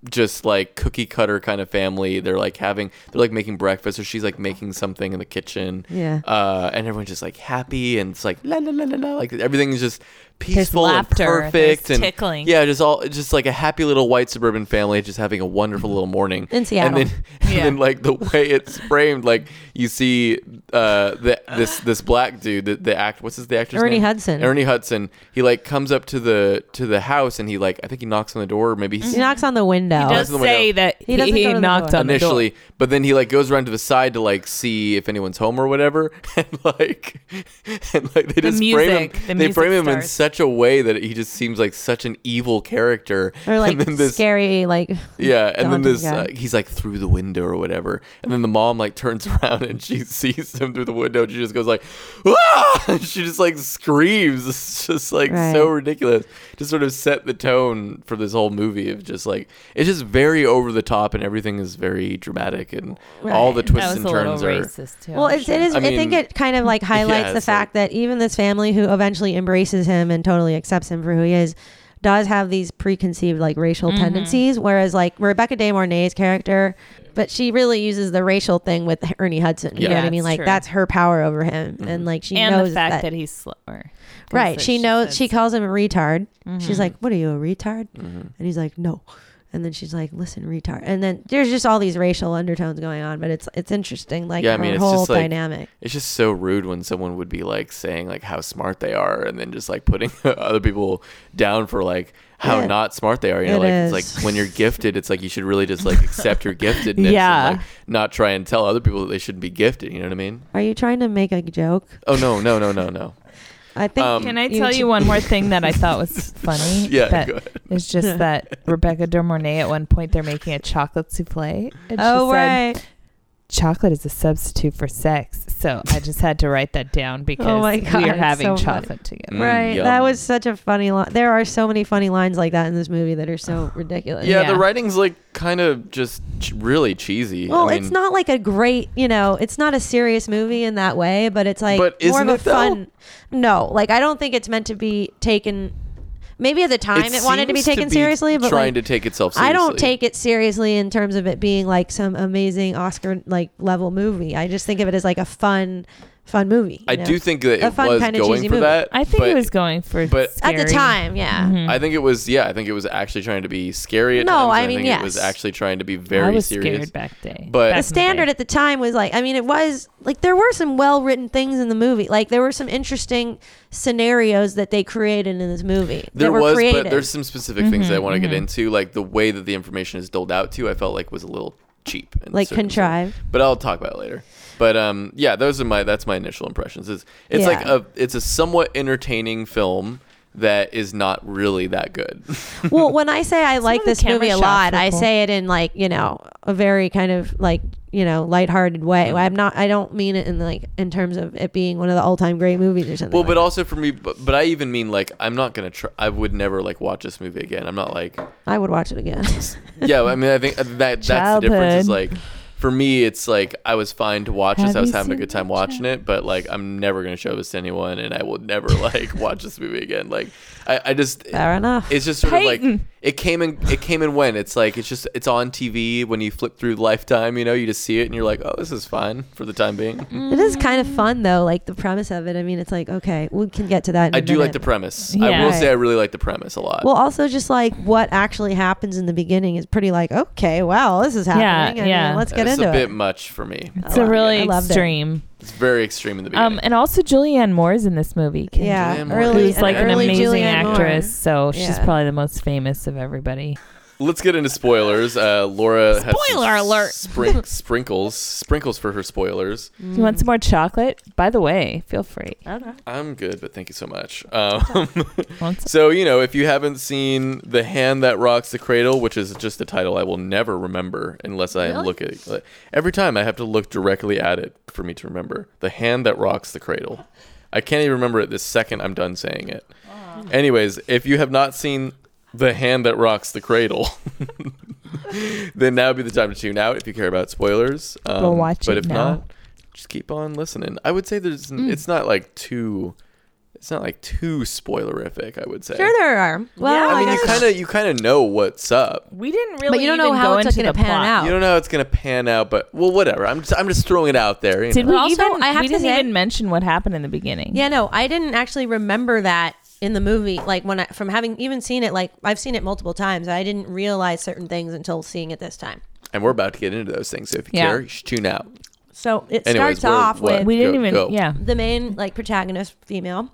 just like cookie cutter kind of family. They're like having they're like making breakfast or she's like making something in the kitchen.
Yeah.
Uh and everyone's just like happy and it's like la la la la la like everything's just peaceful
laughter,
and perfect
there's
and
tickling.
Yeah, just all just like a happy little white suburban family just having a
Mm-hmm.
wonderful little morning.
In Seattle.
And then, (laughs) and
Yeah.
then like the way it's framed, like you see uh the, this this black dude, the, the act what's his the actor's
Ernie
name?
Hudson.
Ernie Hudson. He like comes up to the to the house and he like I think he knocks on the door. Or maybe he's
He knocks on the window.
He does
Knocked on the
say
window.
that
He
he,
doesn't
he
go to the
knocked
door.
on the door.
initially, but then he like goes around to the side to like see if anyone's home or whatever, (laughs) and like (laughs) and like they
The
just
music-
frame
the
him. They
music
frame him in
starts.
such a way that he just seems like such an evil character.
Or like
(laughs) and then this
scary, like,
yeah, and then
daunting
this
guy.
uh, he's like through the window or whatever, and then the mom like turns (laughs) around and she sees him through the window. And she just goes like, "Ah!" (laughs) And she just like screams. It's just like so
Right.
ridiculous. To sort of set the tone for this whole movie of just like it's just very over the top and everything is very dramatic and all the
Right.
twists and
that was a
turns
little
are.
racist too.
well, it's, it is,
I
I, think
mean,
it kind of like highlights
(laughs) yeah,
the
it's like-
fact that even this family who eventually embraces him and totally accepts him for who he is does have these preconceived like racial
Mm-hmm.
tendencies, whereas like Rebecca De Mornay's character, but she really uses the racial thing with Ernie Hudson. You
Yeah. Mm-hmm.
know what I
That's
mean? Like
true.
that's her power over him, and like she
and
knows
the
that.
fact that, he's slower. 'Cause
Right.
that
She knows. She
says-
calls him a retard.
Mhm.
Mm.
She's like, "What are you, a retard?"
Mm-hmm.
And he's like, "No." And then she's like, "Listen, retard." And then there's just all these racial undertones going on, but it's it's interesting, like
Yeah, I
her
mean, it's
whole
just, like,
dynamic.
It's just so rude when someone would be like saying like how smart they are and then just like putting (laughs) other people down for like how
Yeah.
not smart they are. You know,
It
like
is.
it's like when you're gifted, it's like you should really just like
(laughs)
accept your giftedness
Yeah.
and like not try and tell other people that they shouldn't be gifted. You know what I mean?
Are you trying to make a joke?
Oh no, no, no, no, no.
I think.
Um,
Can I tell
should-
you one more thing that I
(laughs)
thought was funny?
Yeah,
that
go ahead.
(laughs)
It's just that Rebecca De Mornay at one point they're making a chocolate souffle. And
Oh
she said,
right.
chocolate is a substitute for sex. So I just had to write that
(laughs)
down because
Oh my God,
we are
it's
having
so funny.
chocolate together.
Mm,
Right.
yum.
That was such a funny line. There are so many funny lines like that in this movie that are
(sighs)
so ridiculous.
Yeah,
Yeah.
the writing's like kind of just ch- really cheesy.
Well,
I
it's
mean,
not like a great, you know, it's not a serious movie in that way, but it's like
But
more of
isn't
a
it, though?
fun. No, like I don't think it's meant to be taken. Maybe at the time it, wanted to be
seems
taken seriously, but like,
trying to take itself seriously.
I don't take it seriously in terms of it being like some amazing Oscar like level movie. I just think of it as like a fun, fun movie. you
I
know?
do think that
A
it
fun
was
kinda
going
cheesy
for
movie.
that.
I think
but
it was going for
but-
at the
scary.
time, yeah.
Mm-hmm.
I think it was. Yeah, I think it was actually trying to be scary. At
Hmm. No,
times,
I
and
mean,
think it was
yes.
actually trying to be
I
very
was
serious.
scared back day.
But-
back
the
Back
in day.
standard at the time was like i mean it was like there were some well-written things in the movie like there were some interesting scenarios that they created in this movie
There
that were Mm-hmm,
was,
created
but there's some specific things that I want to get into. Like the way that the information is doled out to, I felt like was a little cheap. in
like
certain-
contrived
But I'll talk about it later. But um, yeah, those are my that's my initial impressions. It's it's like
Yeah.
a it's a somewhat entertaining film that is not really that good. (laughs)
well when i say i like
of the
this movie
camera
a lot
shots were
i
cool.
say it in like you know a very kind of like you know lighthearted way i'm not i don't mean it in like in terms of it being one of the all-time great movies or something
well,
like
but also for me, but, but I even mean like I'm not gonna try. I would never like watch this movie again. I'm not like
that. i would watch it again
yeah. I mean, I think uh, that that's the difference. Is like for me, it's like I was fine to watch this.
Have
I was
you
having a
seen
good time
that
watching it, but like I'm never gonna show this to anyone, and I will never (laughs) like watch this movie again. Like I, I just
(laughs) fair enough
It's just sort of like
Peyton.
it came and it came and went. It's like it's just it's on TV when you flip through Lifetime. You know, you just see it and you're like, oh, this is fine for the time being.
Mm-hmm.
it is kind of fun though like the premise of it i mean it's like okay we can get to that in
I
a
do like
minute.
the premise. I
Yeah.
will say I really like the premise a lot.
Well, also just like what actually happens in the beginning is pretty like okay, wow, this is happening.
Yeah,
I mean,
yeah.
let's get
it's
into
a bit
it.
much for me.
It's
I
a
loved it.
really
I loved it.
extreme.
It's very extreme in the beginning.
Um, and also Julianne Moore is in this movie. Can
Yeah,
Julianne Moore.
early,
who's like an
early
amazing
Julianne Moore.
actress. So she's
Yeah.
probably the most famous of everybody.
Let's get into spoilers. Uh, Laura has some
Spoiler alert.
sprink- (laughs) sprinkles sprinkles for her spoilers.
You
Mm.
want some more chocolate? By the way, feel free.
I'm good, but thank you so much. Um,
Want some?
so you know, if you haven't seen "The Hand That Rocks the Cradle," which is just a title I will never remember unless I am look at like, every time I have to look directly at it for me to remember "The Hand That Rocks the Cradle." I can't even remember it the second I'm done saying it. Anyways, if you have not seen "The Hand That Rocks the Cradle," (laughs) then now would be the time to tune out if you care about spoilers. Um,
Go watch
but
it
if
now.
not, just keep on listening. I would say there's it's not like too it's not like too spoilerific. I would say.
Sure, there are. Well,
Yeah.
I mean,
I
you
guess-
kind of you kind of know what's up.
We didn't really
but you don't know
even
how
go
it's
into
gonna
the
pan
plot.
out.
You don't know how it's gonna pan out, but well, whatever. I'm just I'm just throwing it out there. You
Did
know?
we
But also,
even?
I have
we
to
didn't
say-
even mention what happened in the beginning.
yeah, no, I didn't actually remember that in the movie. Like when I, from having even seen it, like I've seen it multiple times. I didn't realize certain things until seeing it this time.
And we're about to get into those things. So if you
Yeah.
care, you should tune out.
So it
Anyways,
starts
we're-
off
what?
with
we didn't
Go-
even.
go.
Yeah,
the main like protagonist female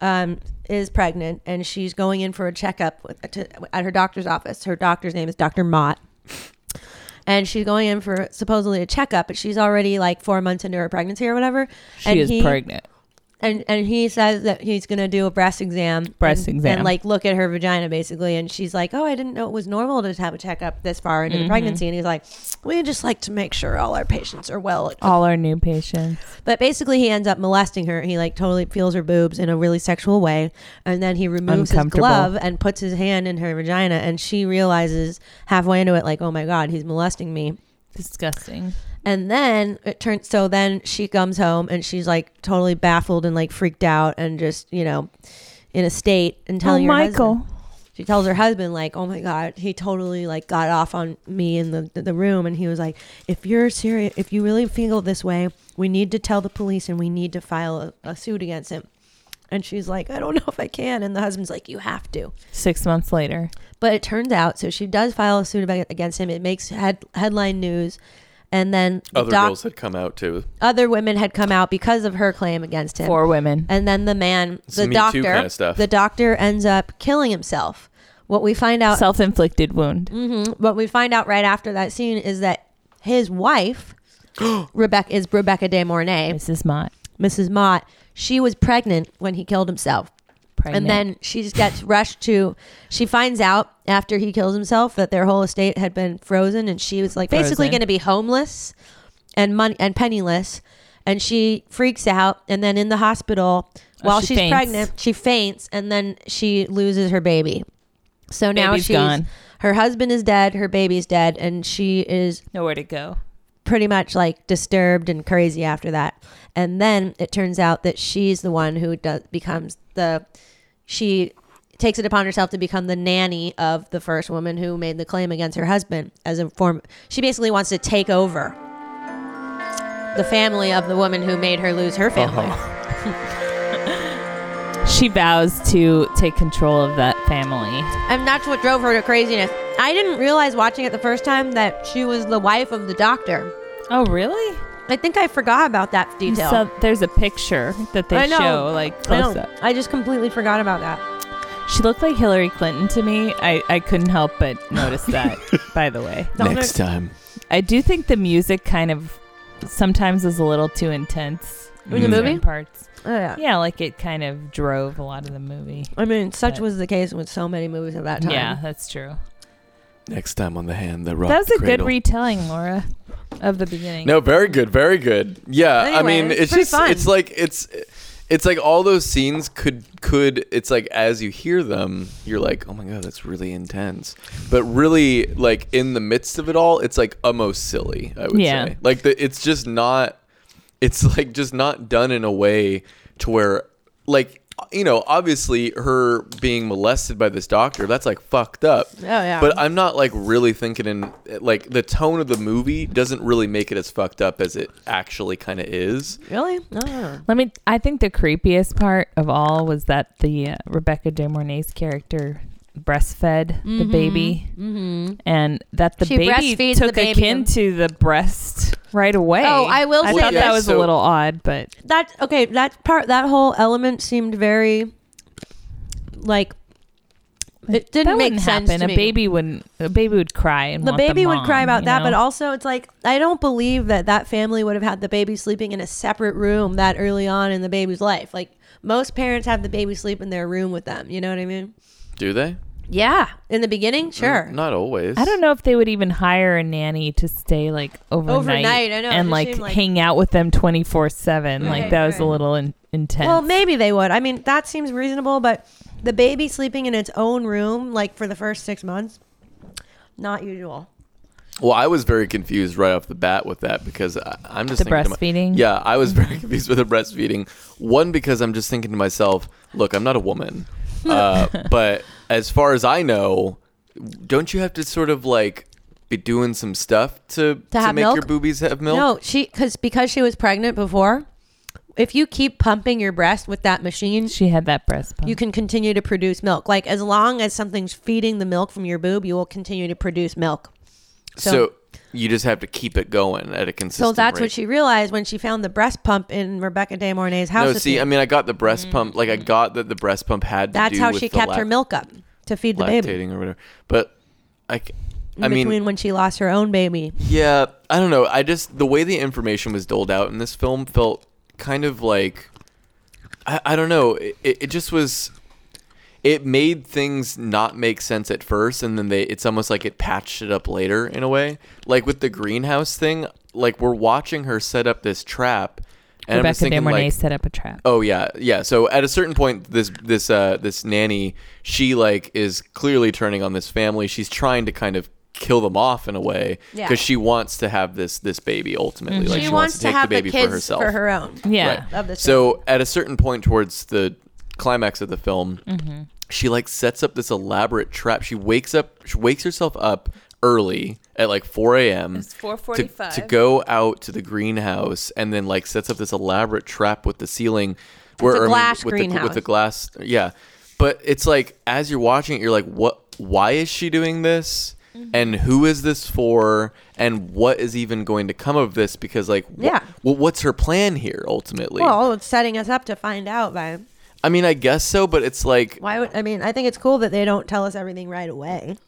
um, is pregnant and she's going in for a checkup with, to, at her doctor's office her doctor's name is dr mott and she's going in for supposedly a checkup but she's already like four months into her pregnancy or whatever
she
and
is
he,
pregnant.
and, and he says that he's going to do a breast exam
Breast
and,
exam.
and like look at her vagina basically and she's like oh i didn't know it was normal to have a checkup this far
Mm-hmm.
into the pregnancy and he's like we just like to make sure all our patients are well
All our new patients.
but basically, he ends up molesting her. He like totally feels her boobs in a really sexual way, and then he removes his
Uncomfortable.
glove and puts his hand in her vagina, and she realizes halfway into it, like, oh my god, he's molesting me.
Disgusting.
And then it turns so then she comes home and she's like totally baffled and like freaked out and just you know in a state and telling
oh,
her husband-
Michael.
she tells her husband like, "Oh my god, he totally like got off on me in the the room." And he was like, "If you're serious, if you really feel this way, we need to tell the police and we need to file a, a suit against him." And she's like, "I don't know if I can." And the husband's like, "You have to."
Six months later.
But it turns out, so she does file a suit ag- against him. It makes head, headline news, and then the
Other
doc-
girls had come out too.
other women had come out because of her claim against him.
Four women.
And then the man,
It's
the
Me Too
doctor,
kinda stuff.
the doctor ends up killing himself. What we find out,
Self inflicted wound.
Mhm. what we find out right after that scene is that his
(gasps)
wife, Rebecca, is Rebecca De Mornay,
Mrs. Mott.
Mrs. Mott. She was pregnant when he killed himself.
Pregnant.
And then she just gets rushed to. She finds out after he kills himself that their whole estate had been frozen, and she was like basically
Frozen.
going to be homeless and money and penniless. And she freaks out, and then in the hospital
Oh,
while
she
she's
faints.
pregnant, she faints, and then she loses her baby. So now
Baby's
she's
gone.
her husband is dead, her baby's dead, and she is
nowhere to go.
pretty much like disturbed and crazy after that. And then it turns out that she's the one who does becomes the she takes it upon herself to become the nanny of the first woman who made the claim against her husband as a form she basically wants to take over the family of the woman who made her lose her family.
She vows to take control of that family.
And that's what drove her to craziness. I didn't realize watching it the first time that she was the wife of the doctor.
Oh, really?
I think I forgot about that detail.
So there's a picture that they
I know.
show, like
I,
close up.
don't- I just completely forgot about that.
She looked like Hillary Clinton to me. I, I couldn't help but
(laughs)
notice that, by the way.
Next time.
I do think the music kind of sometimes is a little too intense.
In the
in certain
movie?
Parts.
Oh, yeah.
Yeah, like it kind of drove a lot of the movie.
I mean, such
But-
was the case with so many movies of that time.
Yeah, that's true.
Next time on the hand that rocked
That was
the
a good
cradle.
retelling, Laura, of the beginning.
No, very good, very good. Yeah, I
Anyway,
mean,
it's
it's,
pretty
just
fun.
it's like it's it's like all those scenes could could it's like as you hear them, you're like, oh my god, that's really intense. But really, like in the midst of it all, it's like almost silly. I would
Yeah.
say, like the, it's just not. It's like just not done in a way to where, like you know, obviously her being molested by this doctor, that's like fucked up.
Oh, yeah.
But I'm not like really thinking in like the tone of the movie doesn't really make it as fucked up as it actually kind of is.
Really? No.
Let me. I think the creepiest part of all was that the uh, Rebecca De Mornay's character breastfed
Mm-hmm.
the baby, and that the
She
baby
breastfeeds the
took
baby.
akin to the breast right away.
Oh, I will
I
say
thought
this.
that was
So-
a little odd, but
That okay, that part that whole element seemed very like it didn't
that
make
wouldn't
sense.
happen.
to
a
me.
baby wouldn't. A baby would cry, and
the
want
baby would
mom,
cry about
you
that, but
know?
also it's like I don't believe that that family would have had the baby sleeping in a separate room that early on in the baby's life. Like most parents have the baby sleep in their room with them. You know what I mean?
Do they?
Yeah. In the beginning, sure.
Not always.
I don't know if they would even hire a nanny to stay like overnight,
Overnight, I know, it
and
just
like,
seemed like-
hang out with them twenty four seven. Like
Right,
that was a
right.
little in- intense.
Well, maybe they would. I mean, that seems reasonable, but the baby sleeping in its own room, like for the first six months, not usual.
Well, I was very confused right off the bat with that because I, I'm just
The
thinking to my-
breastfeeding?
yeah, I was (laughs) very confused with the breastfeeding. One because I'm just thinking to myself, look, I'm not a woman, uh, but as far as I know, don't you have to sort of like be doing some stuff to to,
have
make your
milk?
boobies have milk?
No, she because because she was pregnant before. If you keep pumping your breast with that machine,
she had that breast pump.
you can continue to produce milk. Like as long as something's feeding the milk from your boob, you will continue to produce milk.
so, you just have to keep it going at a consistent.
So that's
rate.
what she realized when she found the breast pump in Rebecca De Mornay's house.
No,
with
see,
you.
I mean, I got the breast pump. Like, I got that the breast pump had. To
Mm. that's
do
how
with
she
the
kept her
lact-
milk up to feed the
lactating
baby.
or whatever. But I, c-
In
I mean,
between when she lost her own baby,
Yeah, I don't know. I just the way the information was doled out in this film felt kind of like I, I don't know. It, it just was. It made things not make sense at first, and then they. It's almost like it patched it up later in a way. Like with the greenhouse thing, like we're watching her set up this trap, and I'm just
Rebecca De
thinking
Mornay
like,
set up a trap.
Oh yeah, yeah. So at a certain point, this this uh, this nanny, she like is clearly turning on this family. She's trying to kind of kill them off in a way
Yeah. Mm-hmm.
because she wants to have this this baby ultimately. Like
she, wants to
take
have
the baby
kids
for herself.
her own.
yeah.
Right.
Of this
so at a certain point towards the climax of the film, she like sets up this elaborate trap. She wakes up, she wakes herself up early at like 4 a.m.
It's
to,
4:45.
to go out to the greenhouse and then like sets up this elaborate trap with the ceiling where
a
I mean,
glass
with the, with
greenhouse.
the glass yeah but it's like as you're watching it you're like what why is she doing this and who is this for and what is even going to come of this because like wh-
Yeah.
well, what's her plan here ultimately
Well, it's setting us up to find out. By
i mean i guess so but it's like
why would I mean? I think it's cool that they don't tell us everything right away.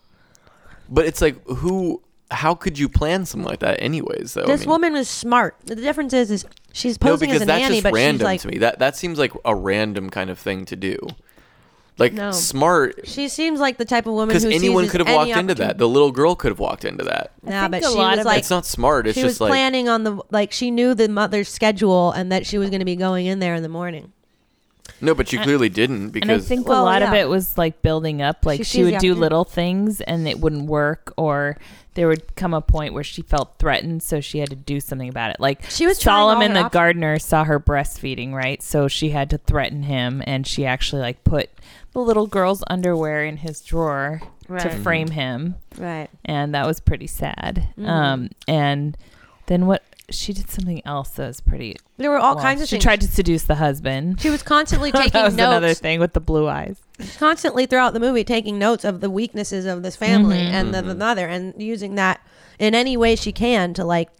but it's like who how could you plan something like that anyways though Oh, I
this
mean-
woman was smart. The difference is, is she's
No,
posing as
because
a
that's
nanny,
just
but
random
she's like
to me. That that seems like a random kind of thing to do. Like
No.
smart,
she seems like the type of woman
because
who
anyone
seizes
could have
any
walked into that.
opportunity-
The little girl could have walked into that.
Nah,
think
but
a
she
lot
was
of
like
it's not smart. It's
she was
just like
planning on the like she knew the mother's schedule and that she was going to be going in there in the morning.
no, but you clearly didn't
And I
because
think
Well,
a lot of
yeah.
it was like building up. Like
She
she,
sees the
would do
opportunity.
little things and it wouldn't work, or there would come a point where she felt threatened, so she had to do something about it. Like
She was trying all
Solomon
her
the
options.
gardener saw her breastfeeding, right? So she had to threaten him, and she actually like put the little girl's underwear in his drawer to
Right.
frame him,
Right.
and that was pretty sad.
Mm-hmm.
Um, and then what? She did something else that was pretty.
There were all
well,
kinds of
she
things.
tried to seduce the husband.
she was constantly
(laughs) that
taking
was another
notes,
thing with the blue eyes.
constantly throughout the movie taking notes of the weaknesses of this family
Mhm.
and the, the mother, and using that in any way she can to like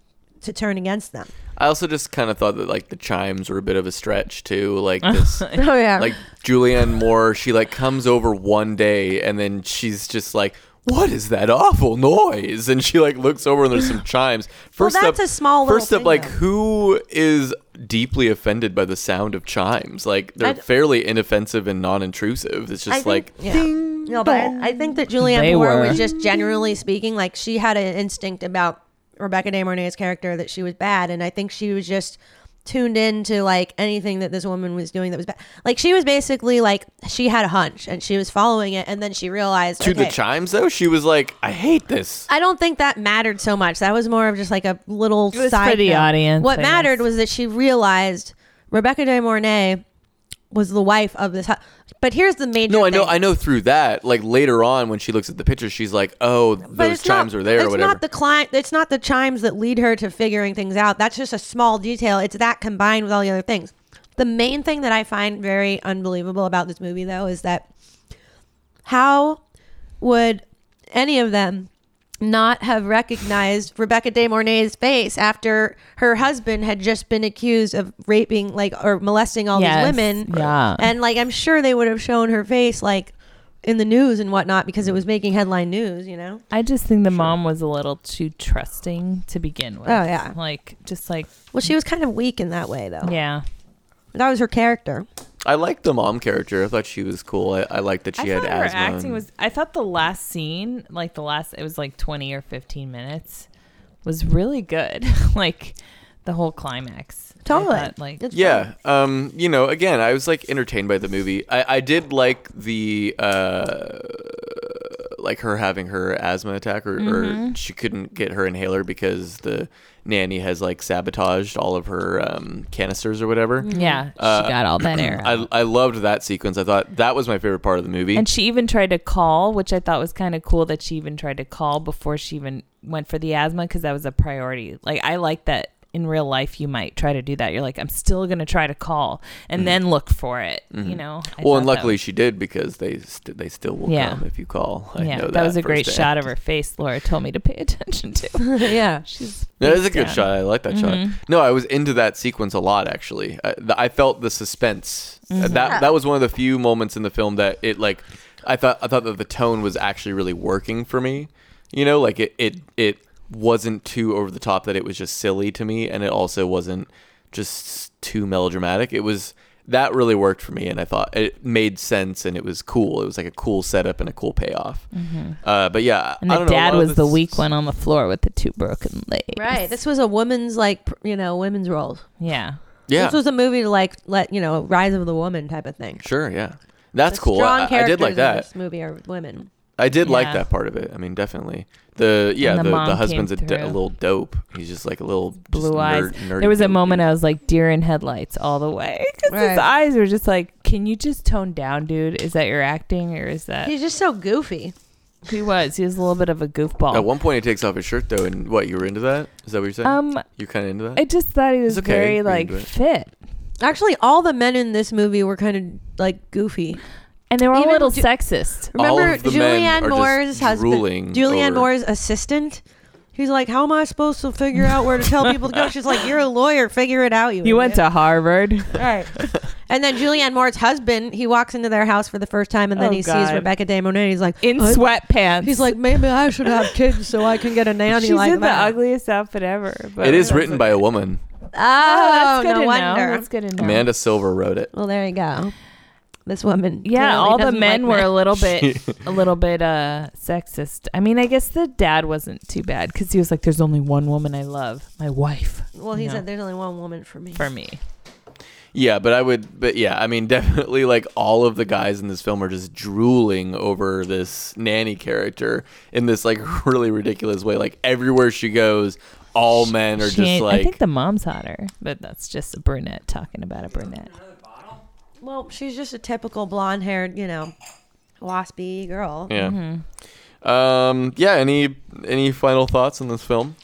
to turn against them.
I also just kind of thought that like the chimes were a bit of a stretch
(laughs)
too. Like this,
Oh yeah.
(laughs) like Julianne Moore, she like comes over one day and then she's just like. What is that awful noise? And she like looks over and there's some chimes. First
that's
up,
a small little
First up,
thing,
like
though.
who is deeply offended by the sound of chimes? Like they're
I d-
fairly inoffensive and non-intrusive. It's just
I think-
like
yeah. no, but I, I think that Julianne
They
Moore
were.
was just generally speaking, like she had an instinct about Rebecca De Mornay's character that she was bad, and I think she was just tuned in to like anything that this woman was doing that was bad. Like she was basically like she had a hunch and she was following it, and then she realized
to the
okay,
chimes though. She was like, I hate this.
I don't think that mattered so much. That was more of just like a little
was
side
for the
note.
audience,
What
I
mattered
guess.
was that she realized Rebecca De Mornay was the wife of this. hu- But here's the major.
No, I know,
thing.
I know. Through that, like later on when she looks at the picture, she's like, oh, those chimes
not,
are there
It's
or whatever.
not the cli- It's not the chimes that lead her to figuring things out. That's just a small detail. It's that combined with all the other things. The main thing that I find very unbelievable about this movie, though, is that how would any of them not have recognized Rebecca De Mornay's face after her husband had just been accused of raping, like, or molesting all
Yes,
these women?
yeah.
And like, I'm sure they would have shown her face, like. In the news and whatnot because it was making headline news, you know.
I just think the mom was a little too trusting to begin with.
Oh, yeah.
like just like
Well, she was kind of weak in that way, though.
yeah.
That was her character.
I liked the mom character. I thought she was cool. I, I liked that she
I
had
thought her
asthma.
acting
and-
was. I thought the last scene, like the last, it was like twenty or fifteen minutes, was really good. (laughs) like the whole climax. I
Totally.
thought, like
It's
(laughs) yeah um you know again i was like entertained by the movie i i did like the uh like her having her asthma attack or,
Mm-hmm.
or she couldn't get her inhaler because the nanny has like sabotaged all of her um canisters or whatever
yeah, she
Uh,
got
(clears throat)
all that air. out.
I, I loved that sequence i thought that was my favorite part of the movie
and she even tried to call, which I thought was kind of cool that she even tried to call before she even went for the asthma because that was a priority. Like I like that in real life you might try to do that. You're like, I'm still gonna try to call and then look for it. You know. I
Mm-hmm. well and
thought that
luckily she did because they st- they still will
Yeah.
come if you call I
yeah,
know
that, was a great
firsthand.
shot of her face. Laura told me to pay (laughs) attention to.
(laughs) yeah.
She's
That is a
face
good
down.
shot. I like that
Mm-hmm.
shot. No, I was into that sequence a lot actually. I, th- I felt the suspense.
Mm-hmm.
Uh, That that was one of the few moments in the film that it like I thought I thought that the tone was actually really working for me. You know, like it it it wasn't too over the top that it was just silly to me and it also wasn't just too melodramatic. It was that really worked for me and I thought it made sense and it was cool. It was like a cool setup and a cool payoff. Uh, but yeah,
Mm-hmm. And
I
the
don't know, a lot
dad
of
was the
this-
weak one on the floor with the two broken legs.
Right. This was a woman's, like, pr- you know, women's roles.
Yeah.
Yeah.
This was a movie to, like, let, you know, Rise of the Woman type of thing.
Sure, yeah. That's
The
cool.
Strong
I, I did
characters
like
in
that.
This movie are women.
I did like
Yeah.
that part of it. I mean, definitely the yeah
the
the, the,
mom came
husband's a, d- a
through.
little dope. He's just like a little just
Blue eyes.
nerd- nerdy
There was a
dope
moment
dude.
I was like deer in headlights all the way 'Cause
Right.
his eyes were just like, "Can you just tone down, dude? Is that your acting or is that
He's just so goofy.
he was? He was a little bit of a goofball."
At one point, he takes off his shirt though, and what you were into that? Is that what you're saying?
um,
you're kind of into that.
I just thought he was
okay.
very
We can
like
do it.
fit,
Actually, all the men in this movie were kind of like goofy.
and they were all a
Even
little
Ju-
sexist.
All
Remember
of the men
Julianne
are just
Moore's
drooling
husband, Julianne
over-
Moore's assistant. He's like, "How am I supposed to figure out where to tell people to go?" She's like, "You're a lawyer. Figure it out." You.
You went
idiot."
to (laughs) Harvard.
right. (laughs) And then Julianne Moore's husband, he walks into their house for the first time, and then
Oh,
he
God.
sees Rebecca De Mornay. He's like,
in
"I-
sweatpants.
He's like, maybe I should have kids so I can get a nanny
she's
like
in
that.
the ugliest outfit ever. But
it is written by a woman.
oh,
Oh, that's good
no
to
wonder.
know. That's good to know.
Amanda Silver wrote it.
Well, there you go. This woman.
yeah,
clearly
all the
doesn't
men
like
were a little bit,
(laughs)
a little bit uh sexist. I mean, I guess the dad wasn't too bad because he was like, "There's only one woman I love, my wife."
Well, he
No.
said there's only one woman for me.
For me,
Yeah, but I would, but yeah, I mean, (laughs) definitely like all of the guys in this film are just drooling over this nanny character in this like (laughs) really ridiculous way. Like everywhere she goes, all men are
She
just
ain't- I
like,
think the mom's hotter, but that's just a brunette talking about a brunette.
Well, she's just a typical blonde-haired, you know, waspy girl.
yeah.
Mm-hmm.
Um, yeah. Any any final thoughts on this film?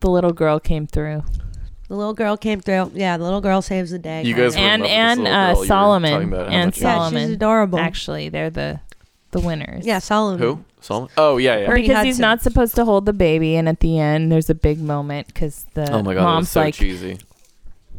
The little girl came through,
The little girl came through. Yeah, the little girl saves the day.
You guys were in love with
and
this
and
little girl.
uh,
You were talking
Solomon
about how
and
much you-
Yeah, she's
Solomon.
adorable.
Actually, they're the the winners.
yeah, Solomon.
Mm-hmm.
Who? Solomon? Oh yeah, yeah.
Ernie
because he's
Hudson.
not supposed to hold the baby, and at the end, there's a big moment because the
Oh my god, that was
mom's
so
like, (laughs)
cheesy.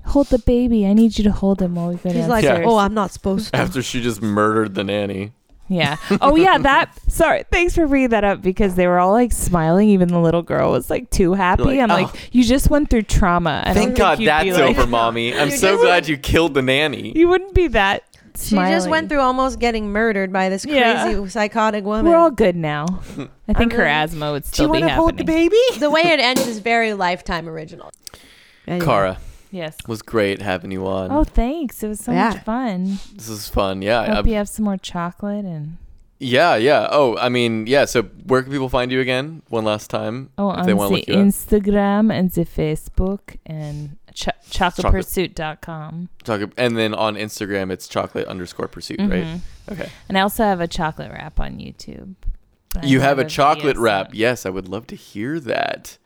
"Hold the baby! I need you to hold him while we go
She's like,
downstairs."
Yeah.
oh, I'm not supposed to.
After she just murdered the nanny.
yeah. Oh
(laughs)
yeah, that. Sorry, thanks for bringing that up because they were all like smiling. Even the little girl was like too happy.
Like,
I'm
"Oh."
like, you just went through trauma. I don't
Thank
think
God
you'd be
that's
like-
over, mommy. I'm
You're
so
just-
glad you killed the nanny.
(laughs) You wouldn't be that.
She just went through almost getting murdered by this
Yeah.
crazy psychotic woman.
We're all good now.
(laughs)
I think her
really-
asthma would still be happening.
baby? The way it ends is very lifetime original.
Kara,
Yes.
it was great having you on.
Oh, thanks. It was so
Yeah.
much fun.
This is fun. Yeah,
Hope
I-
you have some more chocolate and.
Yeah, yeah. Oh, I mean, yeah. So where can people find you again? One last time,
Oh,
if
on
they want to
the
look you up.
Instagram and the Facebook and ch- chocolatepursuit.com.
Talk, and then on Instagram, it's chocolate underscore pursuit, right?
Mhm.
Okay.
And I also have a chocolate wrap on YouTube. that I
you have a
videos
chocolate wrap.
on.
Yes, I would love to hear that.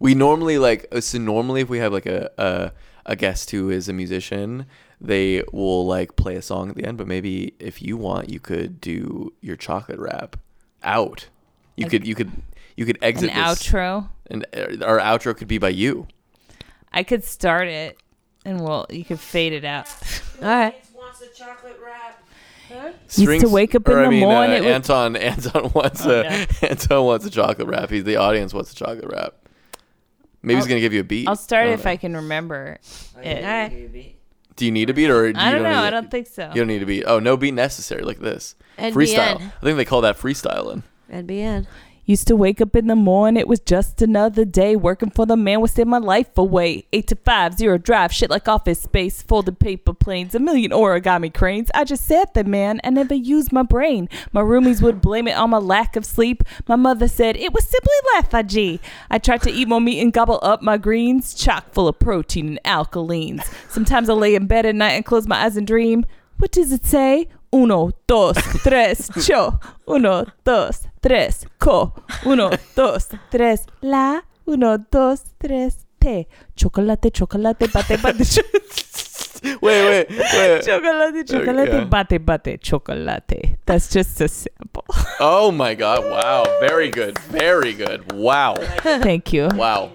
We normally like uh, so normally if we have like a a, a guest who is a musician, they will like play a song at the end. But maybe if you want, you could do your chocolate wrap out. You
Like
could you could you could
An
exit this,
outro.
and uh, our outro could be by you.
I could start it and well, you could fade it out.
All right.
Used to
Strings-
wake up in
or, I
the
mean,
morning,
Uh,
it would-
Anton, (laughs) Anton wants
Oh,
a
no.
(laughs) Anton wants a chocolate wrap. He's the audience wants a chocolate wrap. Maybe he's
I'll-
gonna give you a beat.
I'll start it
don't
if
know.
I can remember it.
Do you need a beat or do
I
you
don't know.
Need,
I don't think so.
You don't need a beat. Oh, no beat necessary. Like this freestyle.
NBN.
I think they call that freestyling. (laughs)
NBN.
Used to wake up in the morning, it was just another day. Working for the man would save my life away. Eight to five, zero drive, shit like office space, folded paper planes, a million origami cranes. I just sat there, man. I never used my brain. My roomies would blame it on my lack of sleep. My mother said it was simply lethargy. I tried to eat more meat and gobble up my greens, chock full of protein and alkalines. Sometimes I lay in bed at night and close my eyes and dream. What does it say? Uno, dos, tres,
(laughs)
cho. Uno, dos, tres, co. Uno, dos, tres, la. Uno, dos, tres, te. Chocolate, chocolate, bate, bate.
(laughs)
cho-
Wait, wait, wait.
chocolate, chocolate,
Okay.
bate, bate, chocolate. That's just a sample.
oh my God! Wow, very good, very good. Wow,
(laughs) Thank you.
wow.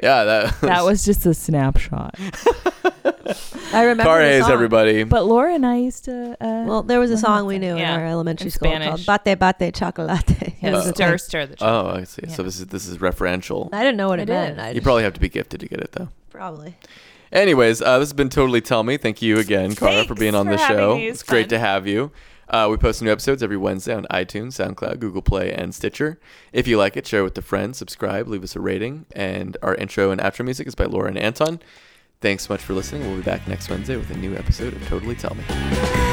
Yeah, that. (laughs)
That was just a snapshot.
I remember.
Car
the
Hayes,
song.
everybody.
But Laura and I used to. Uh,
Well, there was a
What
song we
happened?
knew
Yeah.
in our elementary
In
school
Spanish.
called "Bate Bate Chocolate." (laughs) It
yeah,
was a
stir,
thing.
stir the chocolate.
Oh, I see. So
Yeah.
this is this is referential.
I didn't know what it,
It
meant.
is.
I
You
just-
probably have to be gifted to get it though.
probably.
Anyways, uh, this has been totally tell me. Thank you again, Cara, for
Thanks
being on
for
the
having
show.
me. It was
It's great
fun.
to have you. Uh, we post new episodes every Wednesday on iTunes, SoundCloud, Google Play, and Stitcher. If you like it, share with a friend, subscribe, leave us a rating, and our intro and outro music is by Laura and Anton. Thanks so much for listening. We'll be back next Wednesday with a new episode of Totally Tell Me.
Thank